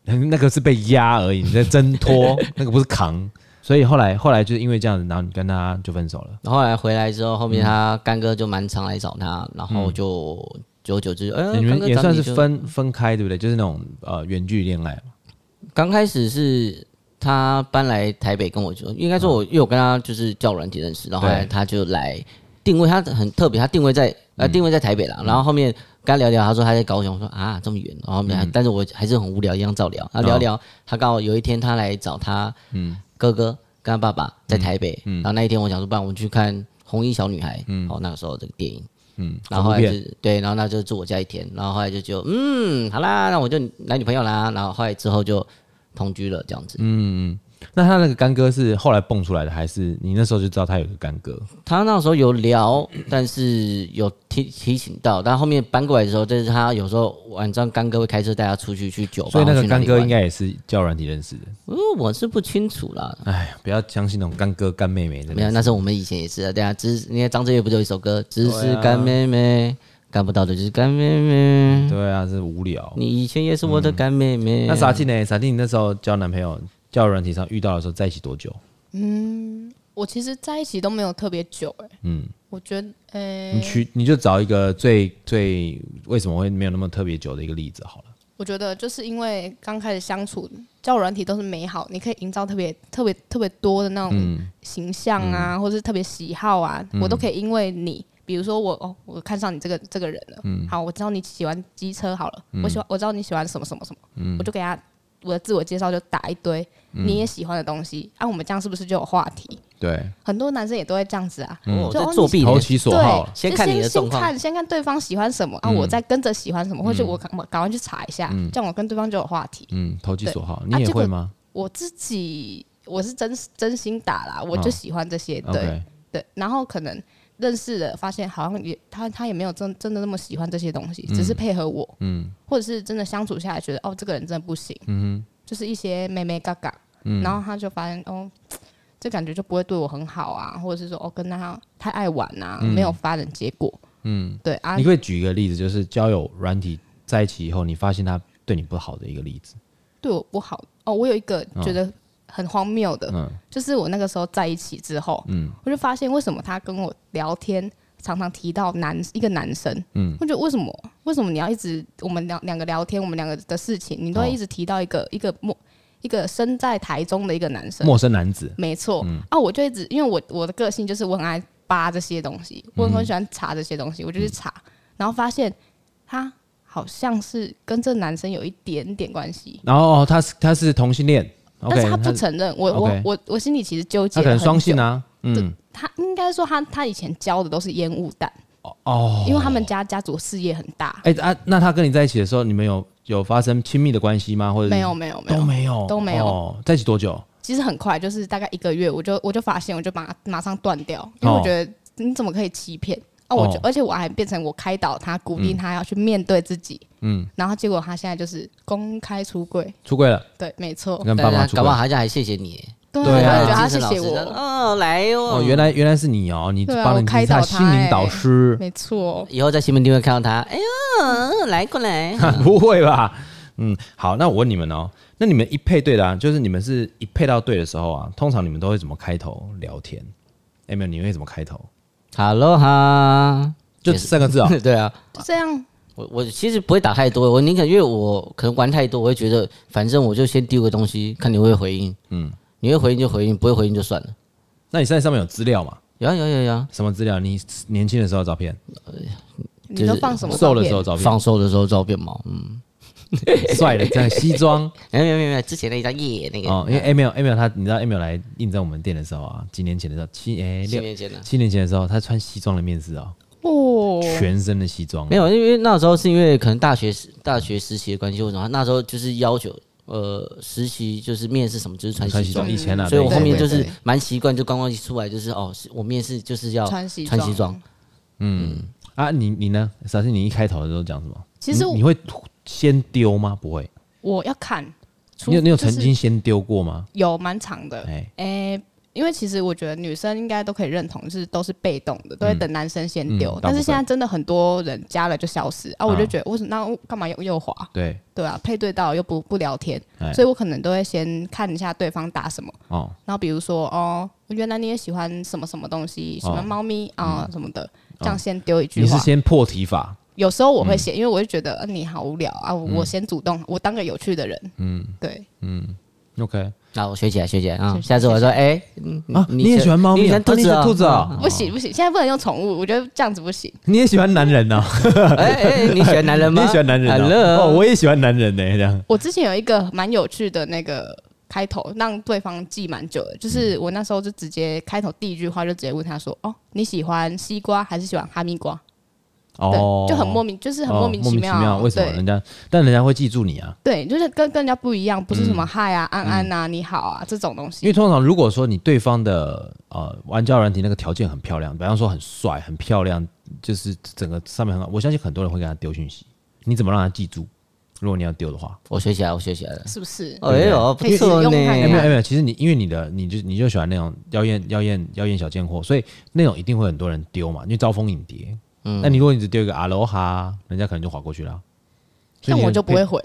S1: 那个是被压而已，你在挣脱， 那个不是扛。所以后来后来就是因为这样子，然后你跟他就分手了。
S2: 然后后来回来之后，后
S1: 嗯
S2: 面他干哥就蛮常来找他，然后就久而久之，哎、
S1: 你们
S2: 干哥
S1: 也
S2: 找
S1: 算是
S2: 就
S1: 嗯分分开，对不对？就是那种呃远距离恋爱嘛。
S2: 刚开始是他搬来台北跟我说，应该说我因为我跟他就是叫软体认识，然后后来
S1: 对
S2: 他就来定位，他很特别，他定位在呃
S1: 嗯
S2: 定位在台北啦，然后后面跟他聊聊，他说他在高雄，我说啊这么远，然后后面
S1: 嗯
S2: 还、但是我还是很无聊，一样照聊，啊聊
S1: 哦
S2: 聊，他刚好有一天他来找他
S1: 嗯
S2: 哥哥跟他爸爸在台北，然后那一天我想说，不然我们去看《红衣小女孩》，哦那个时候这个电影。
S1: 嗯，
S2: 然后后来
S1: 恐怖
S2: 就
S1: 片
S2: 对，然后那就住我家一天，然后后来就就嗯，好啦，那我就男女朋友啦，然后后来之后就同居了这样子。
S1: 嗯那他那个干哥是后来蹦出来的，还是你那时候就知道他有个干哥？
S2: 他那时候有聊，但是有提提醒到，但后面搬过来的时候，就是他有时候晚上干哥会开车带他出去去酒吧，
S1: 所以那个
S2: 去哪
S1: 干
S2: 里
S1: 哥
S2: 玩
S1: 应，该也是叫软体认识的。
S2: 呃我是不清楚啦。
S1: 哎，不要相信那种干哥干妹妹的。
S2: 没有，那时候我们以前也是啊，对啊，只是你看张震岳不就有一首歌，只
S1: 啊
S2: 是干妹妹，干不到的就是干妹妹。
S1: 对啊，是无聊。
S2: 你以前也是我的干妹妹。
S1: 那傻气呢？傻气，你那时候交男朋友叫软体上遇到的时候在一起多久？
S3: 我其实在一起都没有特别久、哎，
S1: 嗯，
S3: 我觉得，呃、
S1: 你去你就找一个最最为什么会没有那么特别久的一个例子好了。
S3: 我觉得就是因为刚开始相处，交友软体都是美好，你可以营造特别特别特别多的那种
S1: 嗯
S3: 形象啊，或是特别喜好啊，我都可以因为你。比如说我哦，我看上你这个这个人了，
S1: 嗯
S3: 好，我知道你喜欢机车，好了，我喜欢我知道你喜欢什么什么什么，
S1: 嗯
S3: 我就给他我的自我介绍就打一堆你也喜欢的东西，啊，我们这样是不是就有话题？
S1: 对，
S3: 很多男生也都会这样子啊，
S2: 哦，
S3: 就
S2: 在
S3: 哦
S2: 作
S3: 你
S2: 弊
S1: 投
S2: 呢，
S1: 其所
S3: 对，
S1: 好了，嗯
S2: 先
S3: 就
S2: 看你的状
S3: 先
S2: 况
S3: 看先看对方喜欢什么啊，我再跟着喜欢什么，或者我赶赶快去查一下，这样我跟对方就有话题。
S1: 嗯，投其所好，
S3: 啊
S1: 你也
S3: 这个
S1: 会吗
S3: 我自己我是真真心打啦，我就喜欢这些，对
S1: 哦？OK，
S3: 对，然后可能。认识了，发现好像也他他也没有真真的那么喜欢这些东西，只是配合我，
S1: 嗯
S3: 或者是真的相处下来觉得哦这个人真的不行，
S1: 嗯
S3: 就是一些妹妹嘎嘎，
S1: 嗯
S3: 然后他就发现哦，这感觉就不会对我很好啊，或者是说哦跟他太爱玩啊，没有发展结果，
S1: 嗯，
S3: 对啊
S1: 你，可以举一个例子，就是交友软体在一起以后，你发现他对你不好的一个例子。
S3: 对我不好哦。我有一个觉得很荒谬的，
S1: 嗯
S3: 就是我那个时候在一起之后，
S1: 嗯
S3: 我就发现为什么他跟我聊天常常提到男一个男生，
S1: 嗯
S3: 我觉得为什么为什么你要一直我们两两个聊天，我们两个的事情，
S1: 哦
S3: 你都会一直提到一个、一个陌一个身在台中的一个男生，
S1: 陌生嗯男子，
S3: 没错、啊，我就一直因为我我的个性就是我很爱扒这些东西，我
S1: 嗯
S3: 很喜欢查这些东西，我就去查，然后发现他好像是跟这男生有一点点关系。
S1: 然后哦他是他是同性恋，OK，
S3: 但是他不承认，我我
S1: OK
S3: 我我心里其实纠结
S1: 他
S3: 了
S1: 可能
S3: 很
S1: 双性
S3: 久。
S1: 啊，嗯
S3: 他应该说他他以前教的都是烟雾弹，
S1: 哦，
S3: 因为他们家家族事业很大。
S1: 哎、啊，那他跟你在一起的时候，你们有有发生亲密的关系吗？或者是
S3: 没有没有没
S1: 嗯都
S3: 有，
S1: 没有
S3: 都没有
S1: 哦，在一起多久？
S3: 其实很快，就是大概一个月，我就我就发现，我就把它马上断掉，因为
S1: 哦
S3: 我觉得你怎么可以欺骗啊？我就
S1: 哦嗯
S3: 而且我还变成我开导他，鼓励他要去面对自己。嗯，然后结果他现在就是公开出柜，
S1: 出柜了，
S3: 哦对，没错，
S1: 跟爸
S2: 但
S1: 妈
S2: 是
S1: 出
S2: 他搞
S1: 柜
S2: 不。好他家还谢谢你，
S3: 对
S1: 嗯对啊
S3: 我觉得
S2: 他
S3: 他
S2: 的
S3: 谢
S2: 精神老
S3: 谢
S2: 师他说
S3: 我，
S2: 哦，来哟，
S1: 哦，原来原来是你哦，你
S3: 对啊
S1: 帮
S3: 我
S1: 人
S3: 开
S1: 他
S3: 导
S1: 心
S3: 他
S1: 灵
S3: 哎
S1: 导师，
S3: 没错，
S2: 以后在新闻店会看到他，哎呦，来过来，
S1: 不会吧？嗯，好，那我问你们哦，那你们一配对的、啊，就是你们是一配到对的时候啊，通常你们都会怎么开头聊天？哎，没有，你会怎么开头？
S2: Hello 哈，
S1: 就
S2: 也是
S1: 三个字 啊、
S2: 对啊，
S3: 就这样。
S2: 我我其实不会打太多，我宁可因为我可能玩太多，我会觉得反正我就先丢个东西，看你会不会回应，嗯，你会回应就回应，不会回应就算了。
S1: 那你现在上面有资料吗？
S2: 有啊有啊有啊有啊，
S1: 什么资料？你年轻的时候的照片，
S3: 你都放什么照
S1: 瘦的时候的
S3: 片？
S1: 照片，
S2: 放手的时候照片嘛，嗯，
S1: 帅的在西 装，
S2: 没有没有没有没有，之前那一张耶那个，
S1: 哦，因为 Emil Emil 他，你知道 Emil 来应征我们店的时候啊，几年前的时候，七哎
S2: 七
S1: 六
S2: 年前的，
S1: 七年前的时候，他穿西装的面试哦，
S3: 哦，
S1: 全身的西装，
S2: 没有，因为那时候是因为可能大学时大学实习的关系，为什么那时候就是要求呃实习就是面试什么就是穿
S1: 穿
S2: 西
S1: 西
S2: 装
S1: 装，，以前啊，
S2: 所以我
S1: 对
S2: 后面就
S1: 对
S2: 是
S1: 对
S2: 蛮习惯，就刚刚一出来就是哦，是我面试就是
S1: 哦
S2: 要
S3: 穿西
S2: 穿西装，
S1: 啊，你你呢？小新，你一开头的时候讲什么？
S3: 其实
S1: 你
S3: 我
S1: 你会先丢吗？不会，
S3: 我要看，除
S1: 你有你有
S3: 就
S1: 曾
S3: 是
S1: 经先丢过吗？
S3: 有蛮长的，
S1: 哎，
S3: 诶、因为其实我觉得女生应该都可以认同，就是都是被动的，都会等男生先丢。
S1: 嗯大部分嗯
S3: 但是现在真的很多人加了就消失啊，我就觉得为什么那我干嘛又又滑？
S1: 对，
S3: 对啊，配对到又不不聊天，
S1: 哎
S3: 所以我可能都会先看一下对方打什么，
S1: 哦，
S3: 然后比如说哦，原来你也喜欢什么什么东西，喜欢猫咪啊、什么的，这样先丢一句
S1: 哦嗯你是
S3: 话。
S1: 先破题法，
S3: 有时候我
S1: 嗯
S3: 会写，因为我就觉得、呃、你好无聊啊，我我先主动，我当个有趣的人。嗯，对，
S1: OK？
S2: 那我学起来学起来啊
S3: 学！起来
S2: 下次我说哎
S1: 啊，你也喜欢猫
S2: 你
S1: 咪
S2: 喜
S1: 啊？
S2: 欢兔
S1: 啊你
S2: 子
S1: 喜欢
S2: 哦
S1: 兔子啊？
S3: 不行不行，现在不能用宠物，我觉得这样子不行。
S1: 你也喜欢男人 啊？
S2: 哎哎，你喜欢男人
S1: 你
S2: 吗？
S1: 也喜欢男人啊？
S2: Hello，
S1: 哦，我也喜欢男人呢，这样。
S3: 我之前有一个蛮有趣的那个开头，让对方记蛮久的。就是
S1: 嗯
S3: 我那时候就直接开头第一句话就直接问他说：“哦，你喜欢西瓜还是喜欢哈密瓜？”
S1: 哦，
S3: 对，就很莫名，就是很
S1: 哦
S3: 莫
S1: 莫
S3: 名
S1: 其
S3: 妙。啊
S1: 为什么人家？但人家会记住你啊？
S3: 对对，就是跟跟人家不一样，不是什么嗨啊、安安啊、你好啊这种东
S1: 因
S3: 西
S1: 为。通常如果说你对方的呃玩交友软体那个条件很漂亮，比方说很帅、很漂亮，就是整个上面很好，我相信很多人会给他丢讯息。你怎么让他记住？如果你要丢的话，
S2: 我学起来，我学起来了。
S3: 是不是？
S1: 哦
S2: 哎呦，不
S3: 可以使
S2: 错
S3: 用
S2: 呢
S3: 看
S1: 哎、没有
S3: 看
S1: 哎没有，其实你因为你的你就你就喜欢那种妖艳妖艳妖艳小贱货，所以那种一定会很多人丢嘛，因为招蜂引蝶。嗯，那你如果你只丢一个阿罗哈，人家可能就划过 去了啊。所以
S3: 但
S1: 你
S3: 我就不会回。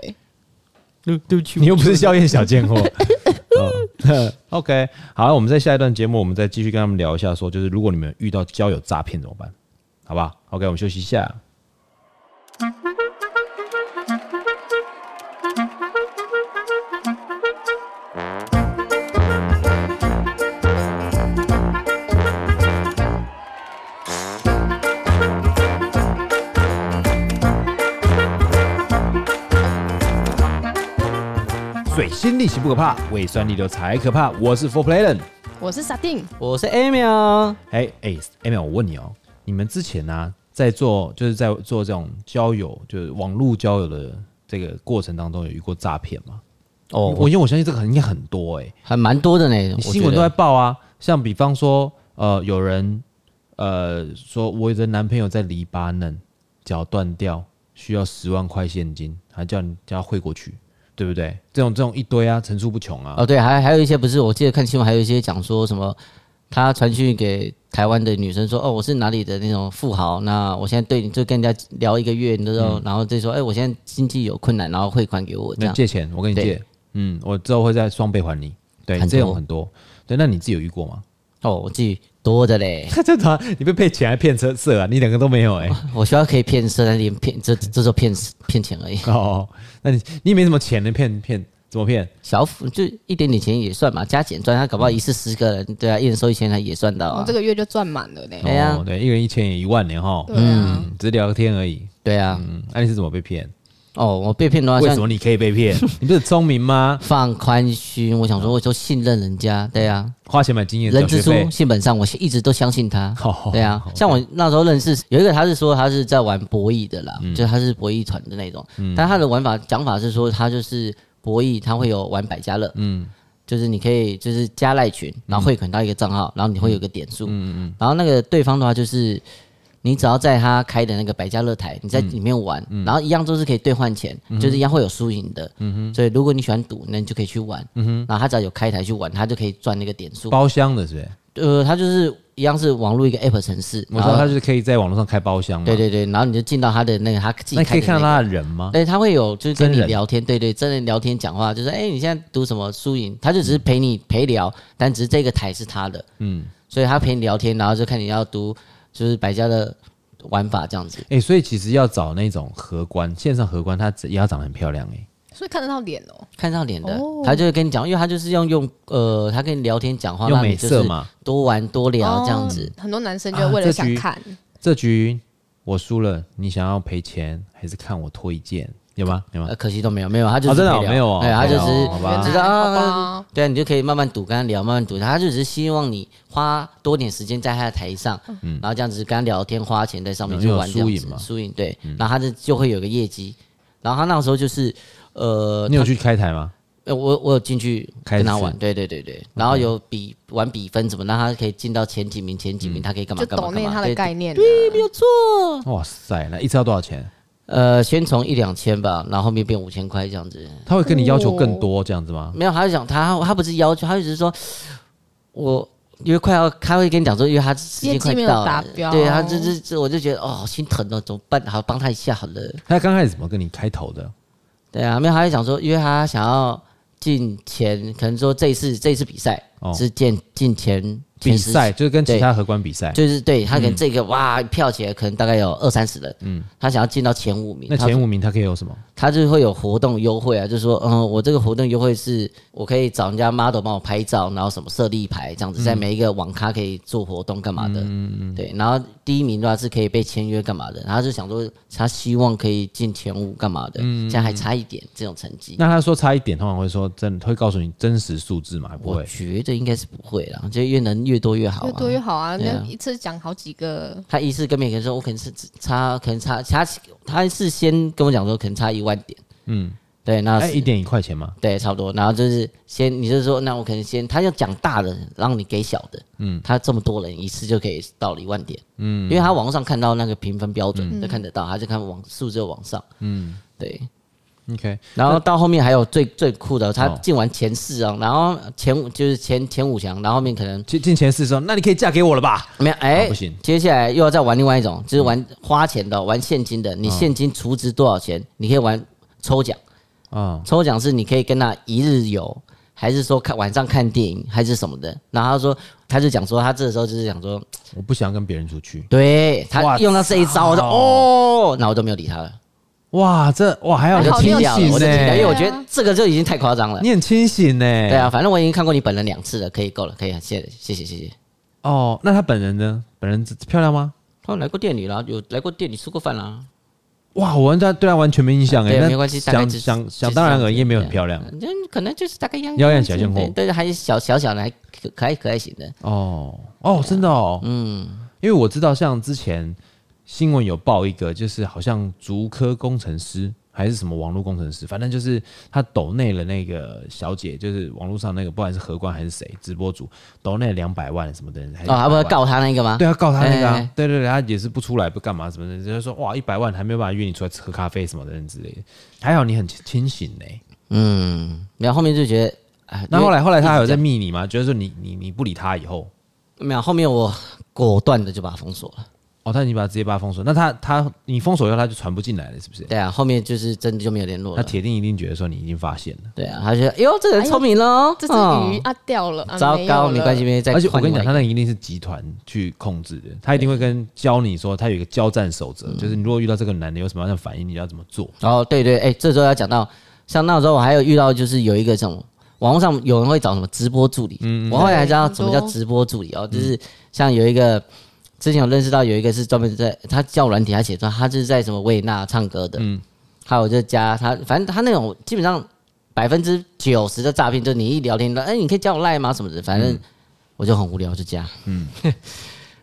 S1: 你又不是校验小 贱货。哦 OK，好，我们在下一段节目，我们再继续跟他们聊一下说就是如果你们遇到交友诈骗怎么办，好不好？OK，我们休息一下。水星逆行不可怕，胃酸逆流才可怕。我是 For Playen，
S3: 我是傻定，
S2: 我是 Amy 啊，
S1: 哎哎 a m y 我问你哦，你们之前呢、啊在做就是在做这种交友，就是网络交友的这个过程当中，有遇过诈骗吗？我
S2: 哦，我
S1: 因为我相信这个很应该很多哎、
S2: 还蛮多的呢，
S1: 你
S2: 我
S1: 新
S2: 觉
S1: 闻
S2: 得
S1: 都在报啊，像比方说，呃，有人呃说我的男朋友在黎巴嫩脚断掉，需要十万块现金，还叫你叫他汇过去，对不对？这种这种一堆啊，层出不穷啊。
S2: 哦，对，还还有一些不是，我记得看新闻还有一些讲说什么，他传讯给台湾的女生说，哦，我是哪里的那种富豪，那我现在对你就跟人家聊一个月，你知道，然后再说，哎，我现在经济有困难，然后汇款给我
S1: 嗯
S2: 这
S1: 那
S2: 样。
S1: 借钱，我跟你
S2: 对
S1: 借，嗯，我之后会再双倍还你。对，
S2: 很
S1: 这种
S2: 多
S1: 很多。对，那你自己有遇过吗？
S2: 哦，我自己多 的嘞，
S1: 他正常，啊你被骗钱还骗车色啊？你两个都没有哎、
S2: 我学校可以骗色，但连骗这这时候骗骗钱而已，
S1: 哦，那你你没什么钱，能骗骗怎么骗？
S2: 小幅就一点点钱也算嘛，加减赚，他
S1: 嗯
S2: 搞不好一次十个人，对啊，一人收一千，他也算到
S3: 我
S2: 啊
S3: 哦这，个月就赚满了嘞。
S2: 哎呀
S1: 哦，对，一人一千也一万呢哈。
S3: 对啊，
S1: 嗯，只是聊个天而已。
S2: 对啊，
S1: 嗯，那、你是怎么被骗？
S2: 哦，我被骗的话，
S1: 为
S2: 像
S1: 什么你可以被 骗？你不是聪明吗？
S2: 放宽心，我想说，我就信任人家，对啊，
S1: 花钱买经验，
S2: 人
S1: 交
S2: 之
S1: 学
S2: 初
S1: 费。哦
S2: 性本善，我是一直都相信他
S1: 好。
S2: 对啊
S1: 好，
S2: 像我那时候认识有一个，他是说他是在玩博弈的
S1: 嗯
S2: 啦，就是他是博弈团的那种，但他的玩法讲法是说他就是博弈，他会有玩百家乐，
S1: 嗯
S2: 就是你可以就是加赖群，然后汇款到一个账号，然后你会有个点数，
S1: 嗯
S2: 然后那个对方的话就是。你只要在他开的那个百家乐台，你在
S1: 嗯
S2: 里面玩，然后一样都是可以兑换钱，就是一样会有输赢的。
S1: 嗯
S2: 所以如果你喜欢赌，那你就可以去玩。然后他只要有开台去玩，他就可以赚那个点数。
S1: 包厢的是不是？
S2: 呃，它就是一样是网络一个 app 城市，
S1: 我知
S2: 然
S1: 道
S2: 后
S1: 他就是可以在网络上开包厢嘛。
S2: 对对对，然后你就进到他的那个他自己
S1: 那你可
S2: 开
S1: 以
S2: 的
S1: 看到
S2: 那
S1: 他
S2: 个
S1: 的人吗？
S2: 对，他会有就是
S1: 真
S2: 跟你
S1: 人
S2: 聊天，对对，真人聊天讲话，就是哎、你现在读什么输赢，他就只是陪你陪聊，但只是这个台是他的，
S1: 嗯
S2: 嗯，所以他陪你聊天，然后就看你要读就是百家的玩法这样子。
S1: 哎、所以其实要找那种荷官，线上荷官，她也要长得很漂亮哎、
S3: 所以看得到脸哦。
S2: 看上脸的，
S3: 哦
S2: 他就会跟你讲，因为他就是用用呃，他跟你聊天讲话，
S1: 用
S2: 让你
S1: 美
S2: 就
S1: 色
S2: 是
S1: 嘛。
S2: 多玩多聊啊这样子。
S3: 哦很多男生就
S1: 啊
S3: 为
S1: 这
S3: 了想
S1: 局
S3: 看，
S1: 这局我输了，你想要赔钱还是看我脱一件？有吗？有吗
S2: 呃，？可惜都没有，没有，他就
S1: 啊哦
S2: 是
S1: 真的哦
S2: 陪聊
S1: 没有哦
S2: 对，他就
S1: 哦
S2: 是
S1: 好吧
S2: 知
S3: 原
S2: 道
S3: 来
S2: 啊
S3: 好吧
S2: 对啊，你就可以慢慢赌，跟他聊，慢慢赌。他就只是希望你花多点时间在他的台上，
S3: 嗯
S2: 然后这样子跟他聊天，花钱在上
S1: 嗯
S2: 面就玩这样
S1: 因为嗯有输
S2: 子
S1: 赢嘛嗯
S2: 输赢对，然后他就就会有个业绩。然后他那时候就是，呃，
S1: 你有去开台吗？
S2: 呃我我有进去跟
S1: 开
S2: 他
S1: 始
S2: 玩，对对对对，然后有比玩比分怎么让他可以进到前几名，前几名他可以干嘛
S3: 嗯就
S2: 干嘛
S3: 抖
S2: 干
S3: 内
S2: 嘛，
S3: 他的
S2: 对
S3: 概念啊，
S2: 没有错。
S1: 哇塞，那一次要多少钱？
S2: 呃，先从一两千吧，然后后面变五千块这样子。
S1: 他会跟你要求更多这样子吗？
S2: 没有，他就讲他他不是要求，他就只是说我。因为快要，他会跟你讲说，因为他时间快
S3: 业绩没有
S2: 到
S3: 达
S2: 了，
S3: 标
S2: 对他这这这，我就觉得哦，好心疼哦，怎么办？好，帮他一下好了。
S1: 他刚开始怎么跟你开头的？
S2: 对啊，没有，他就讲说，因为他想要进前，可能说这一次这一次比赛、
S1: 哦
S2: 是进进前
S1: 比赛，嗯就是跟其
S2: 对
S1: 他荷官比赛
S2: 前10，就是对他可能这个、哇票起来可能大概有二三十人，嗯，他想要进到前五名，
S1: 那
S2: 他
S1: 前五名他可以有什么？
S2: 他就会有活动优惠啊，就说，嗯，我这个活动优惠是我可以找人家 model 帮我拍照，然后什么设立牌这样
S1: 嗯
S2: 子，在每一个网咖可以做活动干嘛的，对，然后第一名的话是可以被签约干嘛的，然后他就想说他希望可以进前五干嘛的，现在还差一点这种成绩，
S1: 嗯那他说差一点，通常会说真会告诉你真实数字嘛？还不
S2: 我
S1: 会，
S2: 觉得应该是不会啦，就越能越多越好
S3: 越
S2: 啊
S3: 多。越好啊！
S2: 对啊
S3: 那一次讲好几个，
S2: 他一次跟每个人说，我可能是只差，可能差差，他是先跟我讲说可能差一万点，
S1: 嗯，
S2: 对，那
S1: 哎，一点一块钱嘛，
S2: 对，差不多。然后就是先，你就说，那我可能先，他要讲大的，让你给小的。嗯，他这么多人一次就可以到了一万点。嗯，因为他网络上看到那个评分标准，就看得到，他就看往数字往上。嗯，对。
S1: 嗯，OK，
S2: 然后到后面还有最最酷的，他
S1: 哦
S2: 进完前四啊，然后前五就是前前五强，然后后面可能
S1: 进进前四的时候，那你可以嫁给我了吧？
S2: 没有哎、
S1: 不行
S2: 接下来又要再玩另外一种，就是玩花钱的，玩现金的。你现金储值多少钱，你可以玩抽奖。
S1: 啊，
S2: 抽奖是你可以跟他一日游，还是说看晚上看电影，还是什么的。然后他说，他就讲说，他这时候就是讲说，
S1: 我不想跟别人出去。
S2: 对
S1: 哇
S2: 他用到这一招，我就
S1: 操
S2: 哦，那我都没有理他了，
S1: 哇，这哇还好
S2: 我
S1: 你
S2: 就
S3: 好
S2: 踢
S1: 清
S3: 你有
S2: 掉了，
S1: 醒
S2: 我就踢掉，因为
S1: 呢，
S2: 我觉得这个就已经太夸张了。
S1: 你很清醒呢。
S2: 对啊，反正我已经看过你本人两次了，可以够了，可以了，谢谢谢谢谢谢。
S1: 哦，那她本人呢？本人漂亮吗？
S2: 啊他有来过店里啦，有来过店里吃过饭啦，
S1: 哇，我完全对他完全没印象哎、
S2: 啊对
S1: 那
S2: 没关系大概
S1: 想
S2: 就是
S1: 想
S2: 就是这
S1: 想
S2: 样
S1: 当然
S2: 子
S1: 而已，也没有
S2: 对
S1: 很漂亮
S2: 嗯，可能就是大概样
S1: 妖艳
S2: 子
S1: 小鲜货
S2: 对对，还是小小小的，还可可爱可爱型的，
S1: 哦
S2: 啊
S1: 哦，真的哦，嗯，因为我知道像之前新闻有报一个，就是好像竹科工程师还是什么网络工程师，反正就是他抖内了那个小姐，就是网络上那个不管是荷官还是谁直播主抖内两百万什么的，还是
S2: 哦，他不
S1: 100
S2: 是
S1: 万
S2: 告他那个吗？
S1: 对啊，告他那个、啊，
S2: 哎哎哎
S1: 对对对，他也是不出来不干嘛什么的，就是说哇一百万还没有办法约你出来喝咖啡什么的人之类的，还好你很清清醒呢、
S2: 嗯，然后后面就觉得，哎，
S1: 那
S2: 因为
S1: 后来后来他还有
S2: 一直
S1: 在密你吗？觉得说你你你不理他以后，
S2: 没有，后面我果断的就把它封锁了。
S1: 哦，他已经把他直接把他封锁，那他他你封锁以后他就传不进来了，是不是？
S2: 对啊，后面就是真的就没有联络
S1: 他
S2: 了。
S1: 铁定一定觉得说你已经发现了，
S2: 对啊，他觉得，哎呦，这个人聪明喽，
S3: 这只
S2: 嗯
S3: 鱼啊掉了，啊
S2: 糟糕，没关系，，
S3: 有
S2: 没
S3: 了
S2: 关系，再
S1: 而且我
S2: 换
S1: 跟你
S2: 另
S1: 讲，
S2: 外
S1: 他
S2: 一
S1: 那一定是集团去控制的，他一定会跟教你说，他有一个交战守则，
S2: 嗯
S1: 就是你如果遇到这个男的有什么样的反应，你要怎么做。
S2: 个哦，对对，哎，这时候要讲到，像那时候我还有遇到，就是有一个这种网络上有人会找什么直播助理，我后来才知道
S3: 对
S2: 什么叫直播助理哦，就是像有一个。之前有认识到有一个是专门在他叫软体，他写说他就是在什么维也纳唱歌的，还有就加他，反正他那种基本上百分之九十的诈骗，就是你一聊天，哎、你可以加我赖吗？什么的，反正我就很无聊，就加，嗯，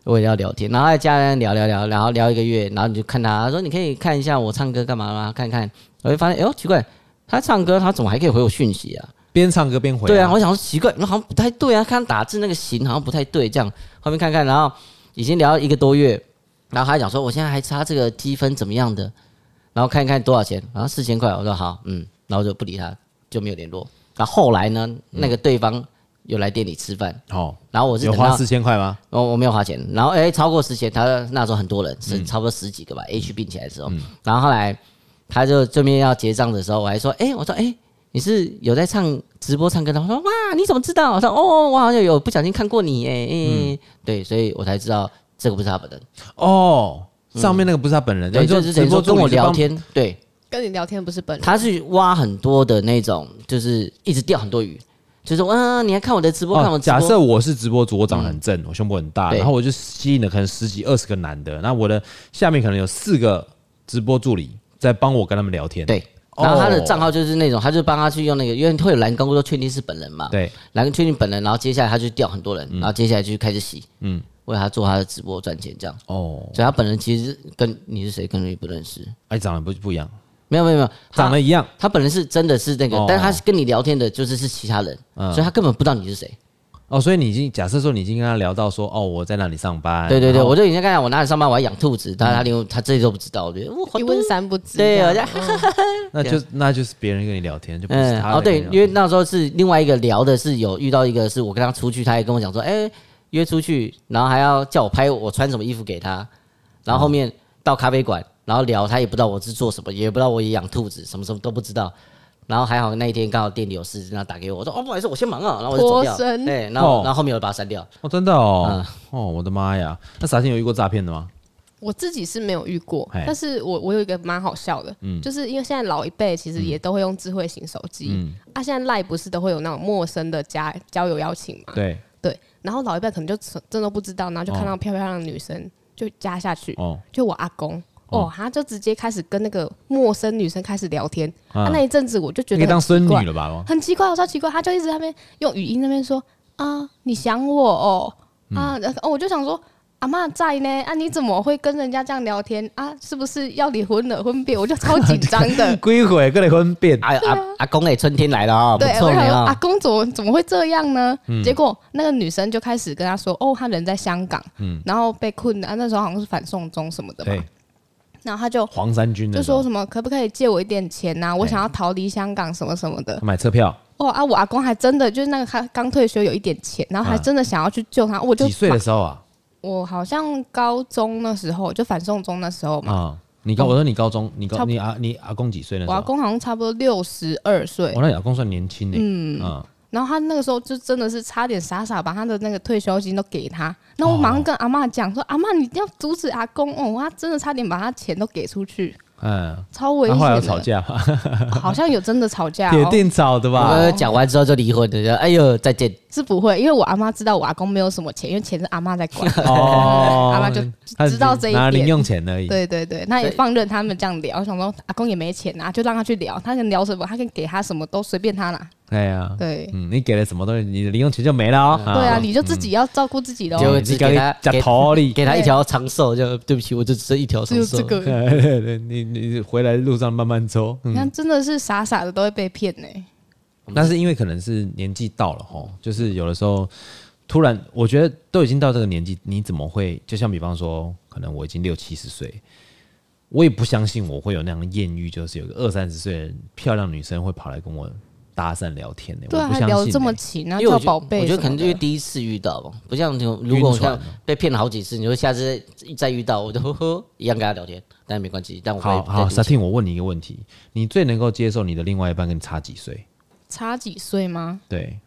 S2: 我也要聊天，然后在家人聊聊聊，然后聊一个月，然后你就看他，他说你可以看一下我唱歌干嘛吗？看看，我就发现，哎呦奇怪，他唱歌他怎么还可以回我讯息啊？
S1: 边唱歌边回、
S2: 对啊，，我想说奇怪，那好像不太对啊，看他打字那个型好像不太对，这样后面看看，然后已经聊一个多月，然后他讲说我现在还差这个积分怎么样的，然后看一看多少钱，然后四千块，我说好，嗯，然后就不理他，就没有联络。然后后来呢，那个对方有来店里吃饭，
S1: 好、
S2: 然后我是
S1: 哦有
S2: 等
S1: 花
S2: 到
S1: 四千块吗？
S2: 我哦我没有花钱，然后
S1: 嗯
S2: 哎、超过十钱，他那时候很多人是差不多十几个吧、h
S1: 嗯
S2: 并起来的时候，然后后来他就这边要结账的时候，我还说，哎、我说，哎、你是有在唱直播唱歌的？我说，哇，你怎么知道？我说，哦，我好像有不小心看过你，哎、
S1: 嗯
S2: 哎对，所以我才知道这个不是他本人，
S1: 哦，上面那个不是他本人，
S2: 嗯对，
S1: 你说
S2: 就是等
S1: 直
S2: 于
S1: 播
S2: 说
S1: 助
S2: 跟
S1: 理
S2: 我
S1: 是帮
S2: 聊，天，对，
S3: 跟你聊天不是本人，
S2: 他去挖很多的那种，就是一直钓很多鱼，就是说，嗯、你还看我的直播，看我
S1: 哦，
S2: 的直播嗯
S1: 假设我是直播主，我长得很正，我胸部很大，
S2: 对
S1: 然后我就吸引了可能十几二十个男的，那我的下面可能有四个直播助理在帮我跟他们聊天，
S2: 对。
S1: 哦
S2: 然后他的账号就是那种，他就帮他去用那个，因为会有蓝光，都确定是本人嘛。
S1: 对，
S2: 然后确定本人，然后接下来他就调很多人，
S1: 嗯
S2: 然后接下来就开始洗，嗯，为他做他的直播赚钱这样。
S1: 哦，
S2: 所以他本人其实跟你是谁，根本就不认识。
S1: 哎，长得不不一
S2: 哦
S1: 样，
S2: 没有没有没有，他
S1: 长得一样，
S2: 他本人是真的是那个，
S1: 哦
S2: 但是他是跟你聊天的就是是其他人，所以他根本不知道你是谁。
S1: 哦，所以你已经假设说你已经跟他聊到说，哦，我在那里上班，
S2: 对对
S1: 哎
S2: 对，
S1: 然后
S2: 我就已经刚才我哪里上班，我还养兔子，但他连他这些都不知道，我觉得哦好
S3: 一
S2: 多
S3: 问三不知。
S2: 对，我啊
S3: 这
S2: 在
S3: 样
S1: 那就那就是别人跟你聊天，就不是
S2: 嗯，
S1: 他
S2: 哦
S1: 在跟
S2: 对
S1: 你聊天，
S2: 因为那时候是另外一个聊的是有遇到一个是我跟他出去，他也跟我讲说，哎、约出去，然后还要叫我拍我穿什么衣服给他，然后后面到咖啡馆，然后聊，他也不知道我是做什么，也不知道我也养兔子，什么什么都不知道。然后还好那一天刚好店里有事，然后打给我，我说哦不好意思，我先忙啊，然后我就走掉。
S3: 脱身
S2: 对，然后、
S1: 哦
S2: 然后后面我就把他删掉。
S1: 哦真的哦，哦我的妈呀，那傻青有遇过诈骗的吗？
S3: 我自己是没有遇过
S1: 嘿，
S3: 但是我我有一个蛮好笑的，
S2: 嗯
S3: 就是因为现在老一辈其实也都会用智慧型手机，
S2: 嗯
S3: 啊，现在赖不是都会有那种陌生的加交友邀请嘛，
S1: 对，
S3: 对，然后老一辈可能就真真的不知道，然后就看
S1: 哦
S3: 到漂漂亮的女生就加下去，
S1: 哦，
S3: 就我阿公。
S1: 哦
S3: 哦，他就直接开始跟那个陌生女生开始聊天。
S1: 啊
S3: 啊，那一阵子我就觉
S1: 你
S3: 得
S1: 可以当
S3: 很
S1: 孙
S3: 奇怪
S1: 女了吧？哦
S3: 很奇怪，我超奇怪，他就一直在那边用语音那边说啊，你想我哦啊，然后哦我就想说。阿妈在呢，啊，你怎么会跟人家这样聊天啊？是不是要离婚了婚变？我就超紧张 的。
S1: 归回跟你婚变，
S2: 哎阿阿公哎，春天来了啊、不
S3: 啊对，
S2: 错
S3: 我想
S2: 你
S3: 说
S2: 啊、
S3: 阿公怎么怎么会这样呢？结果那个女生就开始跟他说，哦，她人在香港，然后被困啊，那时候好像是反送中什么的
S1: 对
S3: 嘛，，然后他就
S1: 哎黄山军的
S3: 就说什么可不可以借我一点钱呐、我想要逃离香港什么什么的。
S1: 买车票，
S3: 哦啊，我阿公还真的就是那个他刚退休有一点钱，然后还真的想要去救他，我就
S1: 啊几岁的时候啊？
S3: 我好像高中那时候就反送中那时候嘛，
S1: 啊，你高，我说你高中，你高，
S3: 嗯差不
S1: 你阿你阿公几岁那时
S3: 我
S1: 候？
S3: 阿公好像差不多六十二岁
S1: 哦，，那你阿公算年轻呢。嗯啊，
S3: 然后他那个时候就真的是差点傻傻把他的那个退休金都给他，那我马上跟阿嬷讲说，阿嬷你一定要阻止阿公哦，他真的差点把他钱都给出去，
S1: 嗯，
S3: 超危
S1: 那
S3: 险
S1: 后来有
S3: 的。
S1: 吵架吧，
S3: 好像有真的吵 架、
S1: 铁
S3: 哦，
S1: 定吵的
S2: 我刚
S1: 吧？
S2: 刚讲完之后就离婚了，哎呦，再见。
S3: 是不会，因为我阿妈知道我阿公没有什么钱，因为钱是阿妈在管。
S1: 哦，
S3: 阿妈就
S1: 他
S3: 知道这一
S1: 拿零
S3: 点
S1: 用钱而已。
S3: 对对对，那也放任他们这样聊，我想说阿公也没钱啊，就让他去聊，他能聊什么，他可以给他什么都随便他啦。
S1: 哎呀，
S3: 对、
S1: 嗯，你给了什么东西，你的零用钱就没了哦。
S3: 对啊，你
S2: 嗯
S3: 就自己要照顾自己喽。
S2: 结果
S1: 你
S2: 只
S1: 给
S2: 给
S1: 他
S2: 他
S1: 夹头里
S2: 给他一条长寿，就对不起，我就只剩一条
S3: 只
S2: 长
S3: 有
S2: 寿
S3: 这。个，
S1: 对对 对，你你回来路上慢慢抽，
S3: 你
S2: 嗯
S3: 看真的是傻傻的都会被骗呢、
S1: 那是因为可能是年纪到了吼，就是有的时候突然，我觉得都已经到这个年纪，你怎么会？就像比方说，可能我已经六七十岁，我也不相信我会有那样的艳遇，就是有个二三十岁的漂亮女生会跑来跟我搭讪聊天呢、
S3: 对啊，
S1: 我不
S3: 还
S1: 相信、欸
S3: 聊得这么勤啊，
S2: 欸因为我
S3: 叫
S2: 觉
S3: 宝贝
S2: 我觉得可
S3: 什
S2: 能
S3: 么
S2: 就是
S3: 的
S2: 第一次遇到吧，不像就如果我
S1: 晕船
S2: 像被骗了好几次，你说下次再再遇到，我就呵呵一样跟他聊天，但没关系，但我会
S1: 好好，沙
S2: 再进去
S1: 汀，我问你一个问题：你最能够接受你的另外一半跟你差几岁？
S3: 差几岁吗？
S1: 对，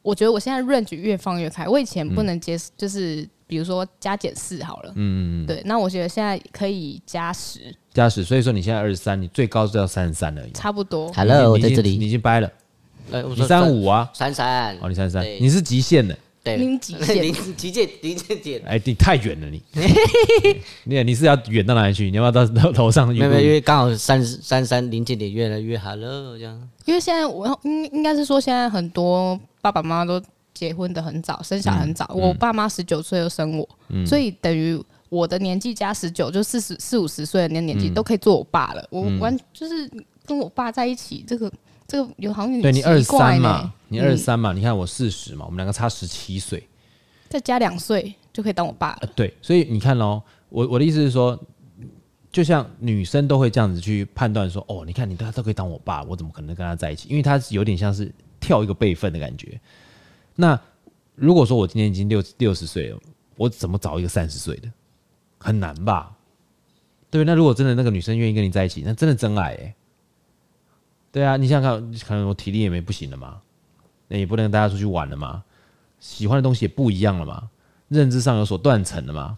S3: 我觉得我现在 range 越放越开，我以前
S2: 嗯
S3: 不能接，就是比如说加减四好了，嗯，对，那我觉得现在可以加十，
S1: 加十，所以说你现在二十三，你最高是到三十三而已。
S3: 差不多。
S2: Hello，我
S1: 你已
S2: 在
S1: 经
S2: 这
S1: 你已
S2: 里。
S1: 经掰了，
S2: 哎，我
S1: 你
S2: 说
S1: 三，五啊，
S2: 闪闪，
S1: 哦，你三十三，
S2: 对
S1: 你是极限的。
S2: 对，
S3: 零极 限
S2: 零极限，零极限。
S1: 哎，你太远了 你，你你是要远到哪里去？你要不要到到楼上？
S2: 没有没有，因为刚好三三三临界点越来越 hello 这样。
S3: 因为现在我应应该是说，现在很多爸爸妈妈都结婚的很早，生小孩很早。
S1: 嗯
S3: 我爸妈十九岁就生我，所以等于我的年纪加十九，就四十四五十岁的那年纪、都可以做我爸了。
S1: 嗯
S3: 我完就是跟我爸在一起，这个这个有好像有
S1: 对
S3: 点
S1: 你二十
S3: 奇怪
S1: 三
S3: 呢、
S1: 嘛，你二十三
S2: 嗯
S1: 嘛，你看我四十嘛，我们两个差十七岁
S3: 再加两岁就可以当我爸了
S1: 啊。。对，所以你看喽，我我的意思是说，就像女生都会这样子去判断说，哦，你看你他都可以当我爸，我怎么可能跟他在一起？因为他是有点像是跳一个辈分的感觉。那如果说我今年已经六六十岁了，我怎么找一个三十岁的？很难吧？对不对，那如果真的那个女生愿意跟你在一起，那真的真爱哎、对啊，你想想看，可能我体力也没不行了嘛，那也不能跟大家出去玩了嘛，喜欢的东西也不一样了嘛，认知上有所断层了嘛，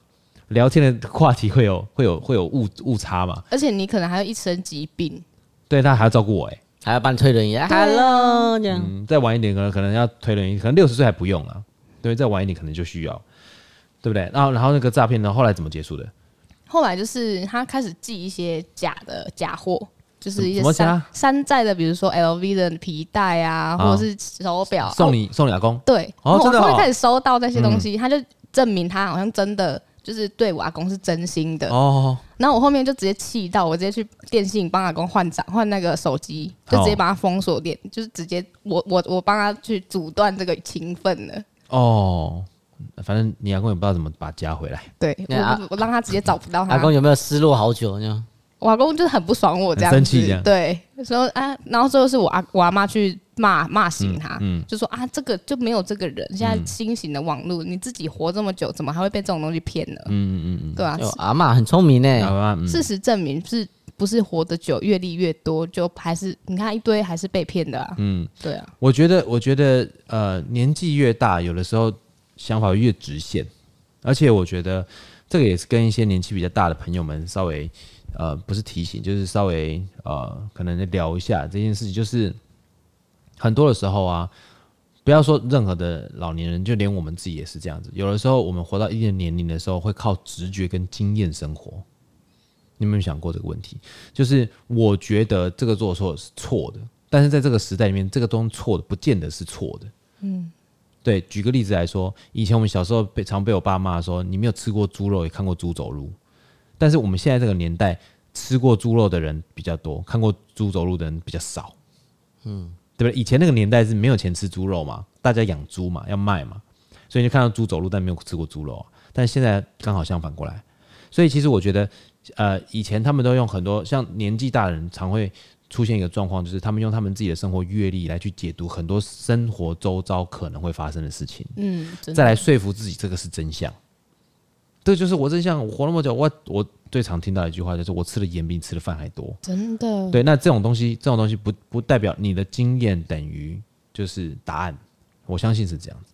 S1: 聊天的话题会有会有会有误误差嘛？
S3: 而且你可能还有一身疾病，
S1: 对，他还要照顾我哎、
S2: 还要帮你推轮椅，hello 哎
S3: 啊
S2: 这样。
S1: 嗯，再晚一点可能可能要推轮椅，可能六十岁还不用啊，对，再晚一点可能就需要，对不对？然后然后那个诈骗呢，后来怎么结束的？
S3: 后来就是他开始寄一些假的假货，就是一
S1: 什
S3: 些
S1: 么
S3: 山
S1: 假
S3: 山寨的，比如说 LV 的皮带啊，
S1: 哦
S3: 或者是手表、
S1: 送你送你阿公，
S3: 对，
S1: 哦
S3: 然后
S1: 真
S3: 我
S1: 的
S3: 阿
S1: 哦嗯
S3: 公就开始收到那些东西，他就证明他好像真的就是对我阿公是真心的。
S1: 哦，
S3: 然后我后面就直接气到，我直接去电信帮阿公换账，换那个手机，就直接把他封锁电，就是直接我我我帮他去阻断这个情分了。
S1: 哦，反正你阿公也不知道怎么把他加回来。
S3: 对，
S2: 那
S1: 啊
S2: 阿
S3: 我我让他直接找不到他。
S2: 阿公有没有失落好久这样？
S3: 我阿公就是很不爽我这样子，
S1: 很生气这样
S3: 对，说啊，然后最后是我阿我阿妈去骂骂醒他，
S1: 嗯
S3: 就说啊，这个就没有这个人，现在新型的网络，你自己活这么久，怎么还会被这种东西骗呢？嗯嗯嗯，对啊，
S2: 有阿嬷很聪明
S1: 然
S2: 呢，
S1: 后他嗯
S3: 事实证明是不是活得久，阅历越多，就还是你看一堆还是被骗的啊，嗯，对啊，
S1: 我觉得，我觉得，呃，年纪越大，有的时候想法越直线，而且我觉得这个也是跟一些年纪比较大的朋友们稍微，呃，不是提醒，就是稍微呃，可能聊一下这件事情，就是很多的时候啊，不要说任何的老年人，就连我们自己也是这样子。有的时候我们活到一定的年龄的时候，会靠直觉跟经验生活。你有没有想过这个问题？就是我觉得这个做错是错的，但是在这个时代里面，这个东西错的不见得是错的。嗯，对，举个例子来说，以前我们小时候被常被我爸骂说，你没有吃过猪肉，也看过猪走路，但是我们现在这个年代，吃过猪肉的人比较多，看过猪走路的人比较少。嗯，对不对？以前那个年代是没有钱吃猪肉嘛，大家养猪嘛，要卖嘛，所以你就看到猪走路，但没有吃过猪肉、啊。但现在刚好相反过来，所以其实我觉得呃，以前他们都用很多像年纪大的人常会出现一个状况，就是他们用他们自己的生活阅历来去解读很多生活周遭可能会发生的事情，
S3: 嗯，真的
S1: 再来说服自己这个是真相。这就是我真相，我活那么久，我我最常听到一句话就是我吃的盐比你吃的饭还多。
S3: 真
S2: 嗯
S3: 的，
S1: 对，那这种东西，这种东西不不代表你的经验等于就是答案，我相信是这样子。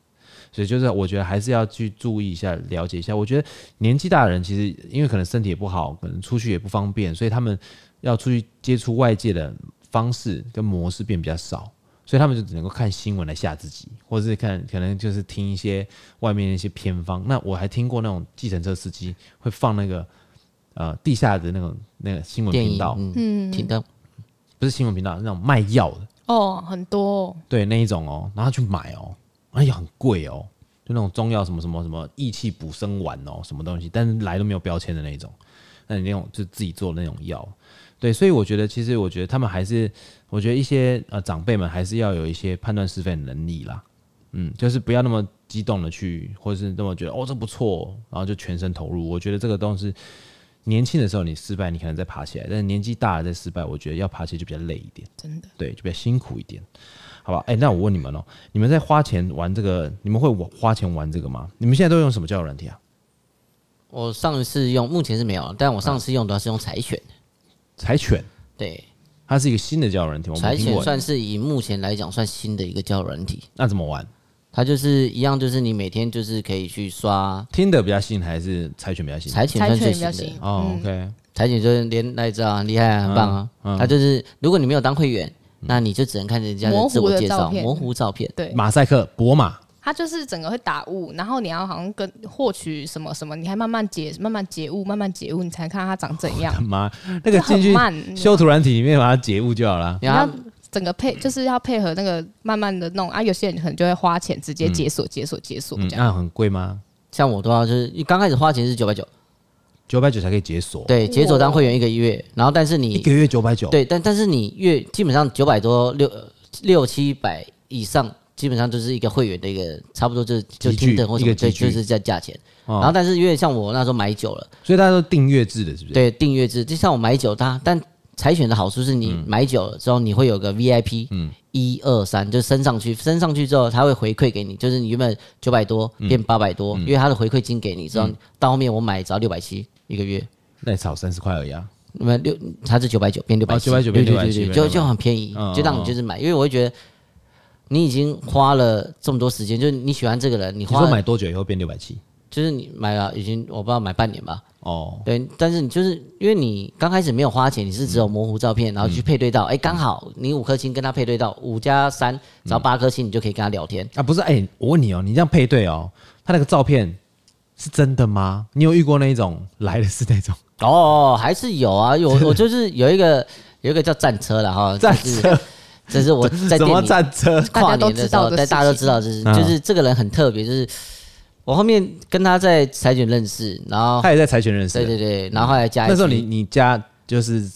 S1: 所以就是我觉得还是要去注意一下，了解一下。我觉得年纪大的人其实因为可能身体也不好，可能出去也不方便，所以他们要出去接触外界的方式跟模式变比较少，所以他们就只能够看新闻来吓自己，或者是看可能就是听一些外面的一些偏方。那我还听过那种计程车司机会放那个呃地下的那种那个新闻
S2: 电
S1: 频
S2: 影
S1: 道，
S2: 嗯，听到
S1: 不是新闻频道，是那种卖药的，
S3: 哦，很多哦
S1: 对那一种哦，然后去买哦，而且很贵哦，就那种中药什么什么什么益气补身丸哦，什么东西，但是来都没有标签的那种，那你那种就自己做的那种药，对，所以我觉得其实我觉得他们还是，我觉得一些呃长辈们还是要有一些判断是非的能力啦，嗯，就是不要那么激动的去，或者是那么觉得哦这不错哦，然后就全身投入，我觉得这个东西。年轻的时候你失败，你可能再爬起来，但是年纪大了再失败，我觉得要爬起来就比较累一点，
S3: 真的
S1: 对，就比较辛苦一点。好吧，哎、那我问你们哦，你们在花钱玩这个，你们会玩花钱玩这个吗？你们现在都用什么交友软体啊？
S2: 我上一次用，目前是没有，但我上次用主要是用柴犬，
S1: 柴犬，
S2: 对，
S1: 它是一个新的交友软哦体，我
S2: 柴
S1: 们听
S2: 犬
S1: 过。哎
S2: 算是以目前来讲算新的一个交友软体，
S1: 那怎么玩？
S2: 它就是一样，就是你每天就是可以去刷
S1: 听的比较新还是柴犬比较新？
S2: 柴犬
S3: 柴
S2: 算
S3: 犬
S2: 最
S3: 比
S2: 新
S3: 较嗯
S2: 的
S3: 新，，
S1: 哦、o k
S2: 柴犬就是连那一招啊，很厉害啊，很棒啊。
S1: 嗯
S2: 它就是如果你没有当会员，那你就只能看人家
S3: 模
S2: 的
S3: 糊
S2: 自我
S3: 的
S2: 介
S3: 照
S2: 绍
S3: 片
S2: 模糊照片。
S3: 对，
S1: 马赛克、博马，
S3: 它就是整个会打雾，然后你要好像跟获取什么什么，你还慢慢解慢慢解雾，慢慢解雾，你才看它长怎样
S1: 哦他。妈那个
S3: 就
S1: 进
S3: 嗯很
S1: 去
S3: 慢你知道
S1: 修图软体里面把它解雾就好了。
S3: 你
S2: 然
S3: 要
S2: 后
S3: 整个配，就是要配合那个慢慢的弄啊。有些人可能就会花钱直接解锁、解锁、解锁
S1: 嗯，
S3: 这样。
S1: 那很贵吗？
S2: 像我的话，就是刚开始花钱是九百九，
S1: 九百九才可以解锁，，
S2: 对，解锁当会员一个月，然后但是
S1: 一
S2: 你
S1: 个月九百九，，
S2: 对，但但是你月基本上九百多六六七百以上，基本上就是一个会员的一个差不多就是就
S1: 集聚
S2: 听等或什
S1: 一
S2: 么，
S1: 个集
S2: 对，
S1: 聚
S2: 就是在价钱。
S1: 哦
S2: 然后但是因为像我那时候买久了，
S1: 所以大家都订阅制的，是不是？，
S2: 对订阅制，就像我买酒它，但柴犬的好处是你
S1: 嗯
S2: 买久了之后，你会有个 VIP，嗯，一二三，就升上去，升上去之后，它会回馈给你，就是你原本九百多
S1: 嗯
S2: 变八百多，因为它的回馈金给你之后，到后面我买只要六百七一个月。
S1: 那也少三十块而已啊。
S2: 那么六，它是九百九变六百
S1: 哦990
S2: 对
S1: 变
S2: 对
S1: 670
S2: 对
S1: 变
S2: 对，就
S1: 670
S2: 就很便宜
S1: 嗯，
S2: 就让你就是买，因为我会觉得你已经花了这么多时间，就是你喜欢这个人，你
S1: 你
S2: 花
S1: 说
S2: 了
S1: 买多久以后变六百七？
S2: 就是你买了已经我不知道买半年吧，
S1: 哦，
S2: 对，但是你就是因为你刚开始没有花钱，你是只有模糊照
S1: 嗯
S2: 片，然后去配对到，哎，刚好你五颗星跟他配对到五加三，
S1: 嗯
S2: 只要八颗星，你就可以跟他聊天。
S1: 啊，不是，哎、我问你哦，你这样配对哦，他那个照片是真的吗？你有遇过那一种来的是那种
S2: 哦，还是有 啊，有我就是有一个有一个叫战车了哈，
S1: 战
S2: 就是
S1: 车，
S2: 这是我在
S1: 什
S2: 店
S1: 么
S2: 里
S1: 战车？
S2: 跨年的时候，对大家都知道，就是
S1: 嗯
S2: 就是这个人很特别，就是我后面跟他在裁剪认识，然后
S1: 他也在柴犬认识
S2: 对
S1: 的，
S2: 对对，然后后来加
S1: 那时候
S2: IG
S1: 你你家就是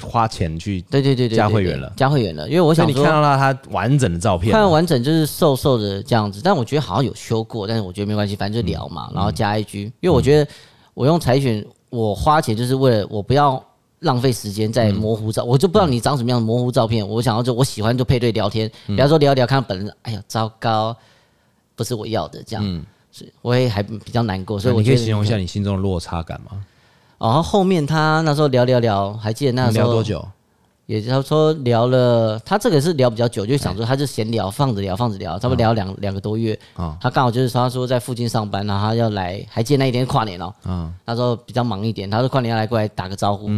S1: 花钱去，
S2: 对对对对对
S1: 加会员了
S2: 加会员了，因为我
S1: 所以
S2: 想
S1: 你
S2: 说
S1: 看到了他完整的照片，
S2: 看完整就是瘦瘦的这样子，但我觉得好像有修过，但是我觉得没关系，反正就聊嘛，
S1: 嗯
S2: 然后加 IG，因为我觉得我用柴犬，我花钱就是为了我不要。浪费时间
S1: 嗯
S2: 在模糊照，我就不知道你长什么样的模糊照片。我想要就我喜欢就配对聊天，
S1: 嗯
S2: 比方说聊一聊，看到本人，哎呀，糟糕，不是我要的这样，所以我也还比较难过。所以
S1: 嗯
S2: 我
S1: 你
S2: 觉
S1: 可以
S2: 得哦
S1: 形容一下你心中的落差感吗？
S2: 然后后面他那时候聊聊聊，还记得那
S1: 你
S2: 时候
S1: 聊多？久？
S2: 也就是说聊了，他这个是聊比较久，就想
S1: 哎
S2: 说他就闲聊，放着聊，放着聊，差不多聊两两个多月。
S1: 啊
S2: 他刚好就是说他说在附近上班，然啊后他要来，还记得那一天跨年哦，
S1: 嗯，
S2: 那时候比较忙一点，他说跨年要来过来打个招呼。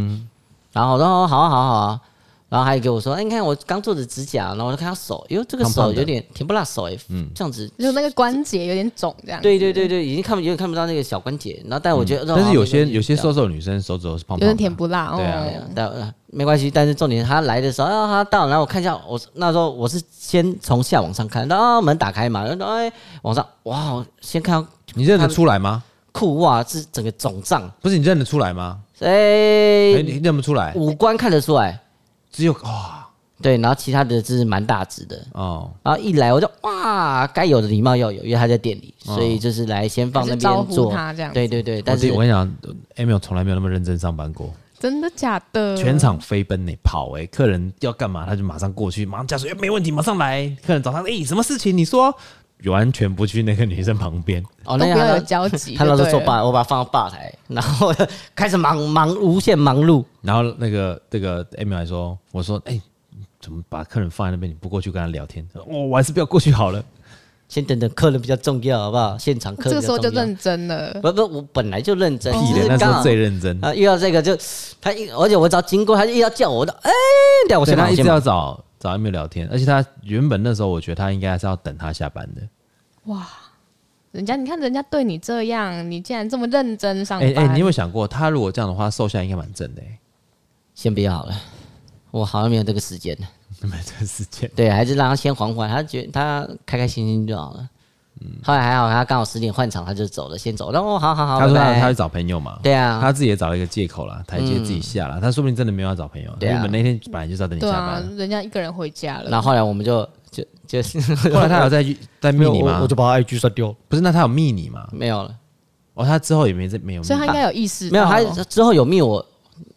S2: 然后我说哦好啊好啊好啊，然后还给我说，哎、你看我刚做的指甲，然后我就看他手，哟这个
S1: 胖胖
S2: 手
S1: 的嗯
S2: 有点甜不辣手哎、这样子。
S3: 就那个关节有点肿这样。
S2: 对对对对，已经看不有点看不到那个小关节，然后但我觉得，哦
S1: 嗯但是有些
S2: 好没关系
S1: 有些瘦瘦的女生手指头是胖胖的，
S3: 有点甜不辣哦。
S1: 对啊
S2: 对啊但呃没关系，但是重点是他来的时候，啊，他到了，然后我看一下，我那时候我是先从下往上看，然后门打开嘛，然后哎往上，哇，先看到
S1: 你认得出来吗？
S2: 裤袜是整个肿胀，
S1: 不是你认得出来吗？
S2: 哎、
S1: 哎、你认不出来，
S2: 五官看得出来，
S1: 只有哇
S2: 对，然后其他的就是蛮大只的，
S1: 哦，
S2: 然后一来我就哇，该有的礼貌要有，因为他在店里，所以就是来先放那
S3: 还是招
S2: 边
S3: 呼
S2: 坐，
S3: 他这样子
S2: 对对对，但是
S1: 哦我跟你讲，Emil 从来没有那么认真上班过。
S3: 真的假的？
S2: 嗯
S1: 全场飞奔呢、跑哎、客人要干嘛他就马上过去，马上叫说、哎没问题，马上来。客人找他哎、什么事情？你说，完全不去那个女生旁边，
S2: 哦，
S3: 都
S2: 那
S3: 不
S2: 个他
S3: 要有交集。
S2: 他那时候
S3: 就
S2: 坐
S3: 对了
S2: 吧，我把他放到吧台，然后 我就开始忙忙无限忙碌。
S1: 然后那个这个 Amy 还说，哦我说哎、怎么把客人放在那边，你不过去跟他聊天？我、我还是不要过去好了。
S2: 先等等客人比较重要，好不好？现场客
S3: 这
S2: 人
S3: 个
S2: 比
S3: 时
S2: 较
S3: 候就
S2: 重要
S3: 认真了。
S1: 啊
S2: 不不，我本来就认真，
S1: 屁的，
S2: 只是
S1: 哦那时
S2: 刚
S1: 候
S2: 好
S1: 最认真。
S2: 啊遇到这个就他一，而且我只要经过他就一直要叫我，我说哎，等一下我
S1: 对
S2: 先
S1: 他
S2: 忙，
S1: 一直
S2: 我先
S1: 要
S2: 忙。
S1: 找找 Amy 聊天，而且他原本那时候我觉得他应该是要等他下班的。
S3: 哇，人家你看人家对你这样，你竟然这么认真上
S1: 哎
S3: 班，
S1: 哎、你有没有想过，他如果这样的话，瘦下来应该蛮正的、欸，
S2: 先不要好了，我好像没有这个时间了。
S1: 没这时间。
S2: 对，还是让他先缓缓，他觉他开开心心就好了。
S1: 嗯
S2: 后来还好，他刚好十点换场，他就走了，先走了。然后好好好，
S1: 他说
S2: 拜
S1: 他
S2: 拜
S1: 他去找朋友嘛，
S2: 对啊嗯
S1: 他自己也找了一个借口啦，台阶自己下啦。他说不定真的没有要找朋友，
S2: 对啊
S1: 原本那天本来就是要等你
S3: 对
S1: 下
S3: 啊
S1: 班。，
S3: 人家一个人回家了，
S2: 然后后来我们就就就
S1: 后来他有在在密你吗？
S2: 把 IG 删掉，
S1: 不是，那他有密你吗？
S2: 没有了，
S1: 哦，他之后也没在没有密，
S3: 所以他应该有意识到，
S2: 没有。他之后有密我，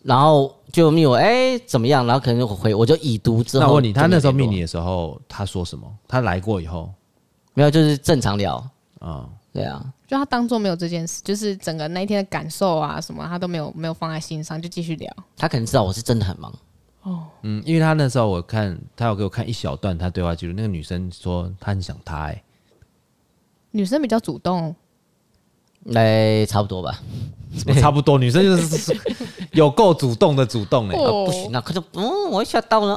S2: 然后就密我，哎，怎么样？然后可能就回，我就已读之后。
S1: 那我问你，他那时候密
S2: 命
S1: 你的时候，他说什么？他来过以后
S2: 没有？就是正常聊，
S1: 啊、
S2: 对啊，
S3: 就他当做没有这件事，就是整个那一天的感受啊什么，他都没有没有放在心上，就继续聊。
S2: 他可能知道我是真的很忙，
S1: 嗯，因为他那时候我看他有给我看一小段他对话记录，那个女生说她很想他、 欸，
S3: 女生比较主动，
S2: 哎，差不多吧。
S1: 哎，差不多，女生就是有够主动的主动哎、欸
S2: 哦，不行，那可是嗯，我吓到了，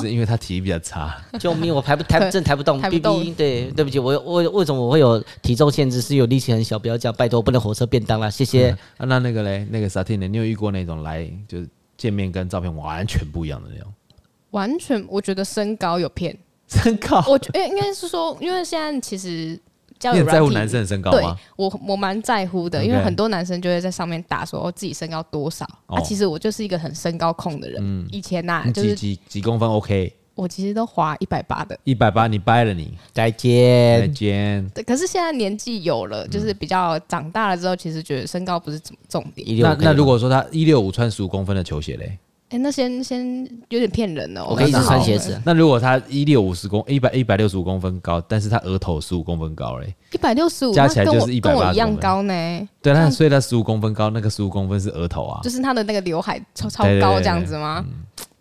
S1: 不是因为她体力比较差，
S2: 救命！我 抬不抬不正，抬不动，
S3: 抬不
S2: 哔
S3: 动
S2: 哔。对，对不起，我有我有为什么我会有体重限制？是因为我力气很小，不要这样，拜托，不能火车便当啦，谢谢。
S1: 啊，那那个嘞，那个沙汀呢？你有遇过那种来就是见面跟照片完全不一样的那种？
S3: 完全我觉得身高有骗。
S1: 身高？
S3: 我觉得应该是说，因为现在其实交
S1: 你
S3: 友
S1: 很在乎
S3: 软体
S1: 男生的身高
S3: 对啊
S1: 吗？
S3: 我我蛮在乎的，因为
S1: OK
S3: 很多男生就会在上面打说、哦、自己身高多少。
S1: 哦嗯
S3: 啊，其实我就是一个很身高控的人，以前呐、
S1: 你
S3: 就
S1: 几
S3: 是
S1: 几几公分？OK，
S3: 我其实都滑一百八的。
S1: 一百八你掰了你，
S2: 再
S1: 再
S2: 见。
S1: 见。
S3: 对可是现在年纪有
S1: 嗯
S3: 了，就是比较长大了之后，其实觉得身高不是重重点。
S2: 一六
S1: 那
S2: 五可以
S1: 那如
S2: 吗
S1: 果说他一六五穿十五公分的球鞋嘞，
S3: 哎、那先先有点骗人哦。
S2: 我可以一直
S3: 知道
S2: 穿鞋子，
S1: 那如果他一六五十公一百一百六十五公分高，但是他额头十五公分高嘞，
S3: 一百六十五，
S1: 加起来
S3: 那跟
S1: 就是
S3: 我跟
S1: 180
S3: 我一样
S1: 公分
S3: 高呢，
S1: 对，那所以他十五公分高，那个十五公分是额头啊
S3: 就，是他的那个刘海超超
S1: 对对对
S3: 高
S1: 对
S3: 这样子吗？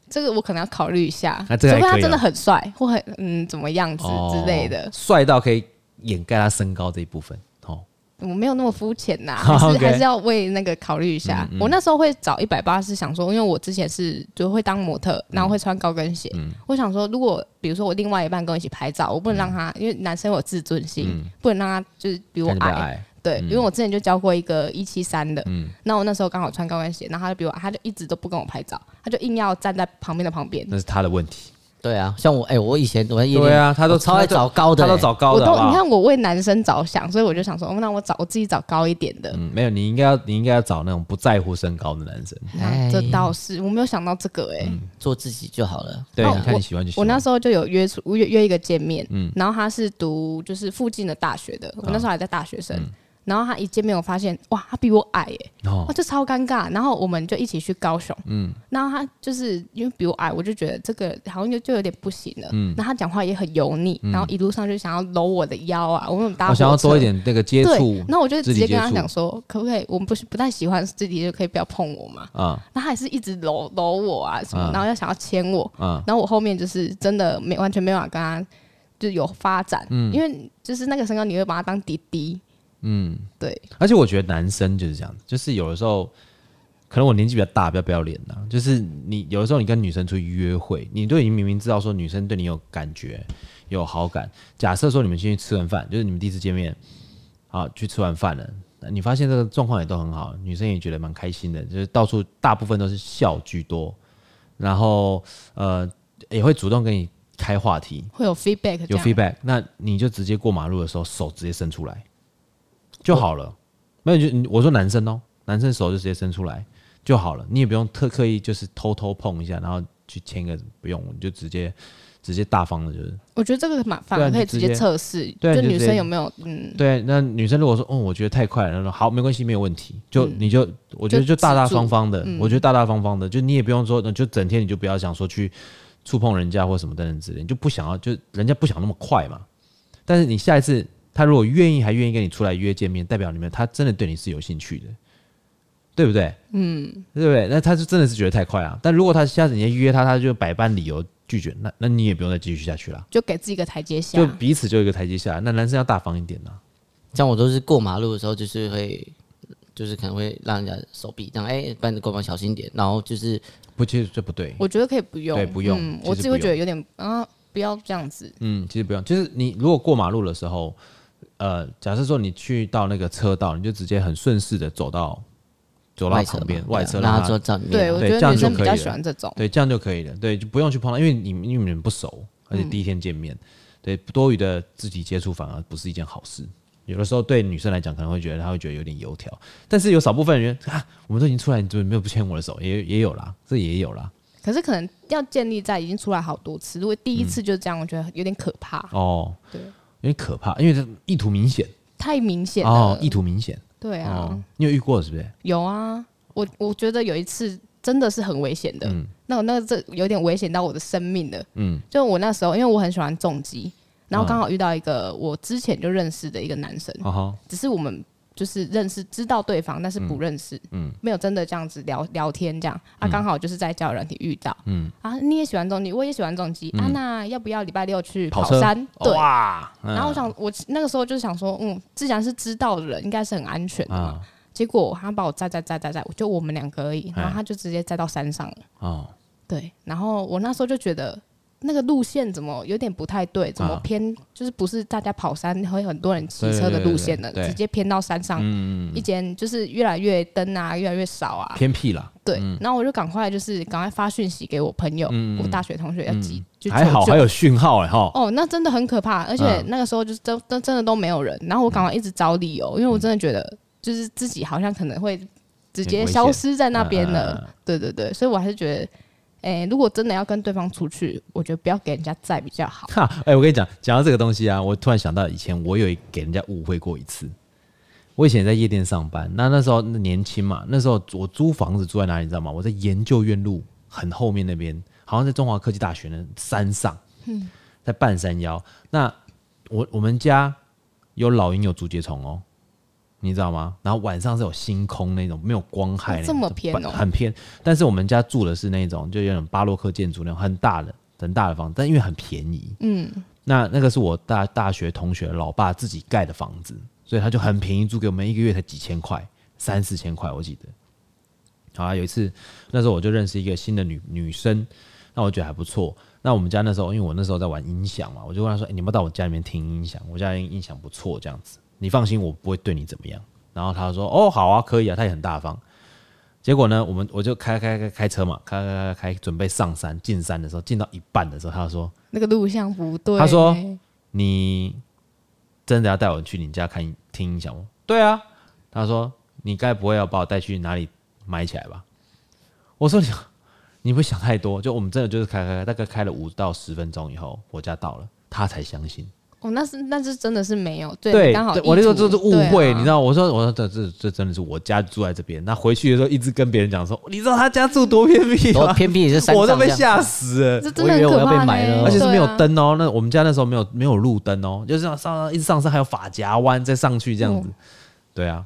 S3: 这个我可能要考虑一下，
S1: 那这
S3: 除
S1: 个还
S3: 非他
S1: 可以啊
S3: 真的很帅或很嗯怎么样子之类的
S1: 哦，帅到可以掩盖他身高这一部分。哦，
S3: 我没有那么肤浅呐，
S1: 好
S3: 还是
S1: OK 嗯
S3: 还是要为那个考虑一下。我那时候会找一百八，是想说，因为我之前是就会当模特，然后会穿高跟鞋。
S1: 嗯
S3: 我想说，如果比如说我另外一半跟我一起拍照，我不能让他，
S1: 嗯
S3: 因为男生有自尊心，不能让他就是比我
S1: 看起来比较
S3: 矮。
S1: 矮，
S3: 对，因为我之前就教过一个一七三的，
S1: 嗯
S3: 那我那时候刚好穿高跟鞋，然后他就比我矮，他就一直都不跟我拍照，他就硬要站在旁边的旁边。
S1: 那是他的问题。
S2: 对啊，像我哎，我以前我在夜
S1: 对
S2: 店，
S1: 啊，他都
S2: 我哦超爱找高的
S1: 他
S2: 欸，
S1: 都找高
S3: 我
S1: 的
S3: 都
S1: 好不好
S3: 你看我为男生着想，所以我就想说，哦，那我找我自己找高一点的。
S1: 嗯，没有，你应该要你应该要找那种不在乎身高的男生。
S3: 那这倒是，我没有想到这个哎、
S1: 嗯
S2: 做自己就好了。
S1: 对，
S3: 哦
S1: 你看你喜欢就嗯行。
S3: 我那时候就有约出约约一个见面，然后他是读就是附近的大学的，我
S1: 啊
S3: 那时候还在大学生。然后他一见面，我发现哇，他比我矮耶，
S1: 嗯哦
S3: 哇，就超尴尬。然后我们就一起去高雄，嗯，然后他就是因为比我矮，我就觉得这个好像就就有点不行了。嗯，然后他讲话也很油腻，然后一路上就想要搂我的腰啊，我们搭
S1: 我嗯哦想要
S3: 火车
S1: 多一点那个接触
S3: 对，那我就
S1: 肢
S3: 直
S1: 体
S3: 接跟
S1: 接
S3: 他
S1: 触
S3: 讲说，可不可以？我们不是不太喜欢肢体，就可以不要碰我嘛。
S1: 啊
S3: 那他还是一直搂搂我啊什
S1: 嗯，
S3: 么然后要想要牵我，
S1: 啊，
S3: 然后我后面就是真的没完全没办法跟他就有发展，
S1: 嗯
S3: 因为就是那个身高你会把他当弟弟，嗯，对，
S1: 而且我觉得男生就是这样子，就是有的时候可能我年纪比较大，比较不要脸呐、就是你有的时候你跟女生出去约会，你都已经明明知道说女生对你有感觉、有好感。假设说你们先去吃完饭，就是你们第一次见面，好去吃完饭了，那你发现这个状况也都很好，女生也觉得蛮开心的，就是到处大部分都是笑居多，然后呃也会主动跟你开话题，
S3: 会有 feedback，这
S1: 有
S3: 样
S1: feedback，那你就直接过马路的时候手直接伸出来就好了。没有你就你我说男生哦，男生手就直接伸出来就好了，你也不用特刻意就是偷偷碰一下，然后去签个不用，你就直接直接大方的，就是
S3: 我觉得这个蛮反
S1: 对啊
S3: 而
S1: 你
S3: 可以
S1: 就直
S3: 直接
S1: 接
S3: 测试，
S1: 对啊
S3: 就
S1: 你就直
S3: 女
S1: 接
S3: 生有没有嗯，
S1: 对。那女生如果说哦，我觉得太快了，她说好没关系，没有问题，就、你就我觉得
S3: 就
S1: 就大大
S3: 止住
S1: 方方的，我觉得大大方方的，就你也不用说，就整天你就不要想说去触碰人家或什么等等之类，你就不想要，就人家不想那么快嘛。但是你下一次他如果愿意，还愿意跟你出来约见面，代表你们他真的对你是有兴趣的，对不对？嗯，对不对？那他就真的是觉得太快啊。但如果他下次你约他，他就百般理由拒绝，那那你也不用再继续下去啦，
S3: 就给自己一个台阶下
S1: 就。彼此就有一个台阶下。那男生要大方一点呐、
S2: 像我都是过马路的时候，就是会，就是可能会让人家手臂这样，哎、不然你过马路小心一点。然后就是
S1: 不，其实这不对。
S3: 我觉得可以不用，
S1: 对不用
S3: 嗯
S1: 其，实
S3: 我自己会
S1: 不用
S3: 觉得有点啊，不要这样子。
S1: 嗯，其实不用，就是你如果过马路的时候，呃，假设说你去到那个车道，你就直接很顺势的走到走到
S2: 外侧
S1: 旁
S2: 嘛
S1: 边外侧，
S2: 对
S1: 让
S2: 啊
S1: 他
S2: 让他坐照里面。
S3: 对，我
S1: 对
S3: 觉
S1: 这
S3: 得
S1: 样
S3: 女
S1: 就
S3: 生
S1: 可
S3: 比
S1: 以
S3: 较
S1: 了
S3: 喜欢这种。
S1: 对，这样就可以了。对，就不用去碰到，因为你们因为你们不熟，而且
S2: 嗯
S1: 第一天见面，对多余的肢体接触反而不是一件好事。有的时候对女生来讲，可能会觉得她会觉得有点油条，但是有少部分人觉得啊，我们都已经出来，你怎么没有不牵我的手？也也有啦，这也有啦。
S3: 可是可能要建立在已经出来好多次，如果第一
S1: 嗯
S3: 次就这样，我觉得有点可怕，
S1: 哦，
S3: 对
S1: 有点可怕，因为这意图明显
S3: 太明显了。
S1: 哦，意图明显
S3: 对啊，
S1: 哦，你有遇过是不是？
S3: 有啊，我我觉得有一次真的是很危险的，那我那个这有点危险到我的生命了。
S1: 嗯
S3: 嗯，就我那时候，因为我很喜欢重击，然后刚好遇到一个我之前就认识的一个男生，
S1: 哈哈，
S3: 只是我们就是认识知道对方，但是不认识，嗯，没有真的这样子聊聊天这样
S1: 嗯
S3: 啊，刚好就是在交友软体遇到，嗯啊，你也喜欢重击，我也喜欢重击、啊，那要不要礼拜六去
S1: 嗯跑
S3: 跑
S1: 车哦
S3: 山？对。
S1: 哇，嗯
S3: 然后我想，我那个时候就是想说，嗯，既然是知道的人，应该是很安全的嘛。
S1: 啊
S3: 结果他把我载载载载载，我就我们两个而已，
S1: 哎
S3: 然后他就直接载到山上了。
S1: 哦，
S3: 对，然后我那时候就觉得那个路线怎么有点不太对，怎么
S1: 啊
S3: 偏、就是不是大家跑山会很多人骑车的路线了，
S1: 对对对嗯对对
S3: 直接偏到山上，一间就是越来越灯啊，越来越少啊。
S1: 偏僻啦，
S3: 对，然后我就赶快就是赶快发讯息给我朋友，
S1: 嗯
S3: 我大学同学要急、去
S1: 还好
S3: 求救
S1: 还有讯号哎哈，
S3: 哦，那真的很可怕，而且
S1: 嗯
S3: 那个时候就是真真真的都没有人，然后我赶快一直找
S1: 嗯
S3: 理由，因为我真的觉得就是自己好像可能会直接消失在那
S1: 嗯
S3: 边
S1: 嗯嗯
S3: 了，对对对，所以我还是觉得，哎，如果真的要跟对方出去，我觉得不要给人家载比较好。
S1: 哈，哎、我跟你讲，讲到这个东西啊，我突然想到以前我有给人家误会过一次。我以前在夜店上班，那那时候年轻嘛，那时候我租房子住在哪里，你知道吗？我在研究院路很后面那边，好像在中华科技大学的山上，在半山腰。那我我们家有老鹰，有竹节虫哦，你知道吗？然后晚上是有星空那种，没有光害那种，
S3: 这么偏哦
S1: 很偏。但是我们家住的是那种，就有点巴洛克建筑那种很大的、很大的房子，但因为很便宜，嗯，那那个是我大大学同学老爸自己盖的房子，所以他就很便宜租给我们，一个月才几千块，三四千块我记得。好啊，有一次那时候我就认识一个新的女女生，那我觉得还不错。那我们家那时候，因为我那时候在玩音响嘛，我就问她说：“哎、你要不要到我家里面听音响？我家哎音响不错，这样子，你放心，我不会对你怎么样。”然后她说：“哦，好啊，可以啊。”她也很大方。结果呢，我们我就开开开开车嘛，开开开开，准备上山进山的时候，进到一半的时候，她就说
S3: 那个路线不对，
S1: 他说你真的要带我去你家看听音响吗？对啊，他说你该不会要把我带去哪里埋起来吧？我说你你不会想太多，就我们真的就是开开开，大概开了五到十分钟以后，我家到了，他才相信。
S3: 哦，那是那是真的是没有，
S1: 对，
S3: 刚好
S1: 对我那时候就是误会，你知
S3: 道，
S1: 道，我说我说这这这真的是我家住在这边，那回去的时候一直跟别人讲说，你知道他家住多偏僻啊
S2: 然后
S1: 吗？
S2: 偏僻也是山上
S1: 我都被
S2: 这样
S1: 吓死了。
S3: 这真的
S2: 我
S3: 很
S2: 以为我
S3: 可
S2: 要被
S3: 怕呢，
S2: 埋了
S1: 而且是没有
S3: 对啊
S1: 灯哦、那我们家那时候没有没有路灯哦、就是上上一直上山，还有法夹弯再上去这样子。对啊，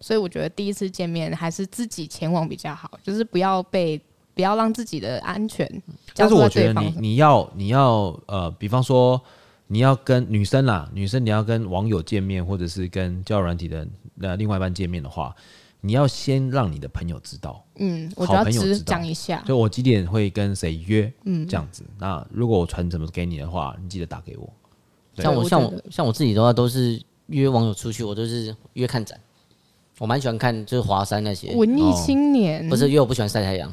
S3: 所以我觉得第一次见面还是自己前往比较好，就是不要被不要让自己的安全交
S1: 嗯但是
S3: 付
S1: 我
S3: 在
S1: 觉
S3: 对
S1: 得
S3: 方
S1: 你
S3: 身上。
S1: 你要你要呃，比方说你要跟女生啦，女生你要跟网友见面，或者是跟交友软体的呃另外一半见面的话，你要先让你的朋友知道，
S3: 嗯，我
S1: 好
S3: 就要
S1: 朋友
S3: 只
S1: 知道
S3: 讲一下。
S1: 就我几点会跟谁约，嗯，这样子。那如果我传什么给你的话，你记得打给我。对
S2: 像
S3: 对
S2: 我
S3: 我
S2: 像
S3: 觉
S2: 我
S3: 得
S2: 像我自己的话，都是约网友出去，我都是约看展。我蛮喜欢看，就是华山那些，
S3: 文
S1: 哦
S3: 艺青年、
S2: 不是因为我不喜欢晒太阳，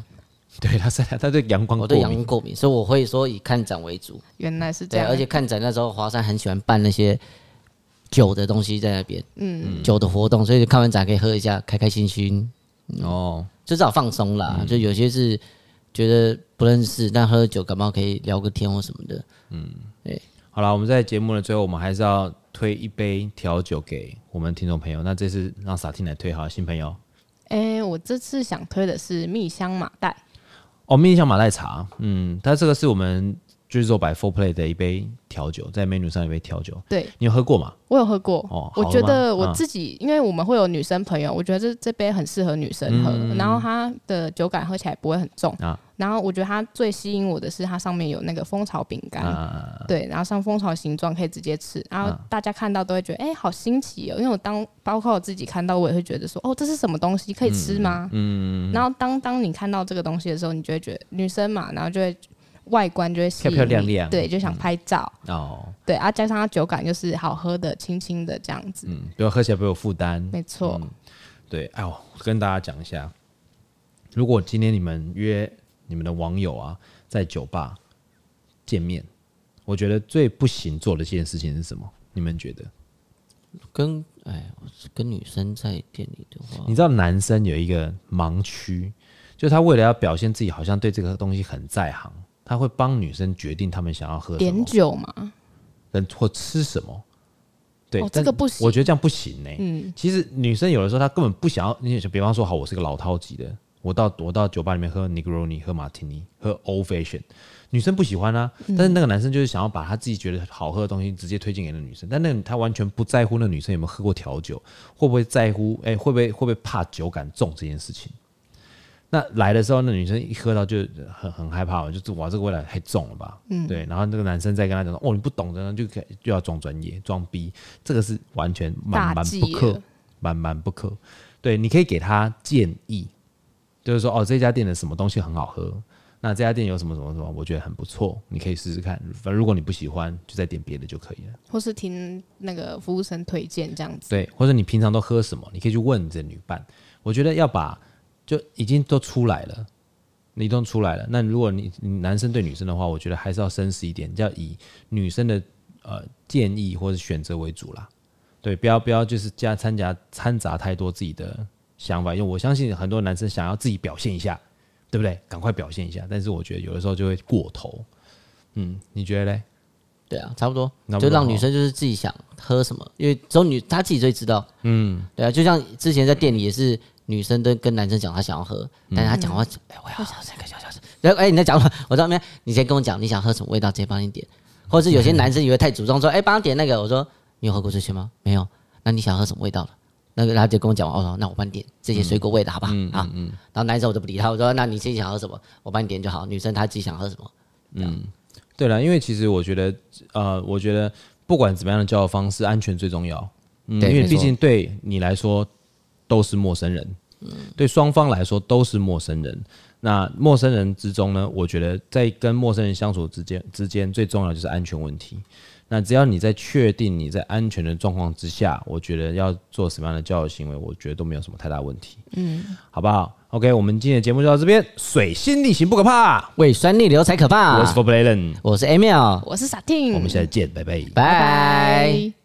S1: 对他晒太，他对阳光
S2: 我
S1: 过
S2: 对阳
S1: 敏
S2: 光。过敏，所以我会说以看展为主。
S3: 原来是这
S2: 对，
S3: 样，
S2: 而且看展那时候华山很喜欢办那些酒的东西在那边，嗯，酒的活动，所以看完展可以喝一下，开开心心，
S1: 哦，
S2: 就至少放松啦。就有些是觉得不认识，但喝酒感冒可以聊个天或什么的。
S1: 好了，我们在节目的最后，我们还是要推一杯调酒给我们听众朋友。那这次让萨汀来推好了，新朋友
S3: 哎、我这次想推的是蜜香马黛，
S1: 哦，面向马黛茶，嗯，它这个是我们。就是说摆 Four Play 的一杯调酒，在 menu 上一杯调酒，
S3: 对
S1: 你有喝过吗？
S3: 我有喝过，
S1: 哦
S3: 我
S1: 好喝
S3: 觉
S1: 吗
S3: 得我
S1: 嗯
S3: 自己，因为我们会有女生朋友，我觉得这这杯很适合女生喝，然后它的酒感喝起来不会很重，
S1: 嗯啊
S3: 然后我觉得它最吸引我的是它上面有那个蜂巢饼干，
S1: 啊，嗯
S3: 对，然后像蜂巢形状可以直接吃，然后大家看到都会觉得，哎、好新奇哦。因为我当包括我自己看到，我也会觉得说，哦，这是什么东西，可以吃吗？嗯。然后当当你看到这个东西的时候，你就会觉得女生嘛，然后就会外观就会吸引你
S1: 漂漂亮亮嗯
S3: 对，就想拍照，
S1: 哦，
S3: 对，啊，加上它酒感又是好喝的、轻轻的这样子，
S1: 嗯，不要喝起来不会有负担。
S3: 没错。
S1: 对，哎呦，跟大家讲一下，如果今天你们约你们的网友啊，在酒吧见面，我觉得最不行做的一件事情是什么？你们觉得？
S2: 跟哎，我是跟女生在店里的话，
S1: 你知道男生有一个盲区，就是他为了要表现自己好像对这个东西很在行，他会帮女生决定他们想要喝什
S3: 点
S1: 么，
S3: 酒嘛，
S1: 跟或吃什么。对，
S3: 哦
S1: 但
S3: 这个不行嗯
S1: 我觉得这样不行呢、其实女生有的时候她根本不想要，你比方说，好，我是个老饕级的，我到我到酒吧里面喝 Negroni、喝马提尼、喝 Old Fashion，女生不喜欢啊，
S3: 嗯
S1: 但是那个男生就是想要把他自己觉得好喝的东西直接推荐给那个女生，但那个他完全不在乎那女生有没有喝过调酒，会不会在乎，哎、会不会会不会怕酒感重这件事情。那来的时候，那女生一喝到就很很害怕嘛，就是哇，这个味道太重了吧？嗯，对。然后那个男生再跟她讲说，哦，你不懂的呢，就可以就要装专业、装逼，这个是完全蛮
S3: 大
S1: 蛮
S3: 忌
S1: 不可
S3: 了，
S1: 蛮蛮不可。对，你可以给他建议，就是说，哦，这家店的什么东西很好喝，那这家店有什么什么什么，我觉得很不错，你可以试试看。反正如果你不喜欢，就再点别的就可以了。
S3: 或是听那个服务生推荐这样子。
S1: 对，或者你平常都喝什么，你可以去问你的女伴。我觉得要把就已经都出来了，你都出来了。那如果你你男生对女生的话，我觉得还是要绅士一点，要以女生的呃建议或者选择为主啦。对，不要不要就是加掺杂掺杂太多自己的想法，因为我相信很多男生想要自己表现一下，对不对？赶快表现一下，但是我觉得有的时候就会过头。嗯，你觉得嘞？
S2: 对啊，差不多
S1: 差不，多
S2: 就让女
S1: 哦
S2: 生就是自己想喝什么，因为只有女她自己最知道。嗯，对啊，就像之前在店里也是。女生都跟男生讲她想要喝，
S1: 嗯
S2: 但是她讲话，哎、我要喝这个，小小然后哎，你在讲什么？我说没有，你先跟我讲你想喝什么味道，直接帮你点。或者是有些男生以为太主动，说哎，帮、他点那个。我说你有喝过这些吗？没有。那你想喝什么味道的？那个他就跟我讲，我说那我帮你点这些水果味的，好吧？
S1: 嗯
S2: 啊，然后男生我就不理他，我说那你自己想喝什么，我帮你点就好。女生她自己想喝什么，
S1: 对了，因为其实我觉得，呃，我觉得不管怎么样的交友方式，安全最重要。嗯，
S2: 对
S1: 因为
S2: 没
S1: 毕
S2: 错
S1: 竟对你来说都是陌生人，
S2: 嗯
S1: 对双方来说都是陌生人。那陌生人之中呢，我觉得在跟陌生人相处之间之间，最重要的就是安全问题。那只要你在确定你在安全的状况之下，我觉得要做什么样的交友行为，我觉得都没有什么太大问题。嗯，好不好？OK，我们今天的节目就到这边。水星逆行不可怕，
S2: 胃酸逆流才可怕。
S1: 我是 For Bladen，
S2: 我是 Emil，
S3: 我是傻 a
S1: 我们下次见，拜拜。
S2: 拜
S3: 拜
S2: 拜。
S3: 拜。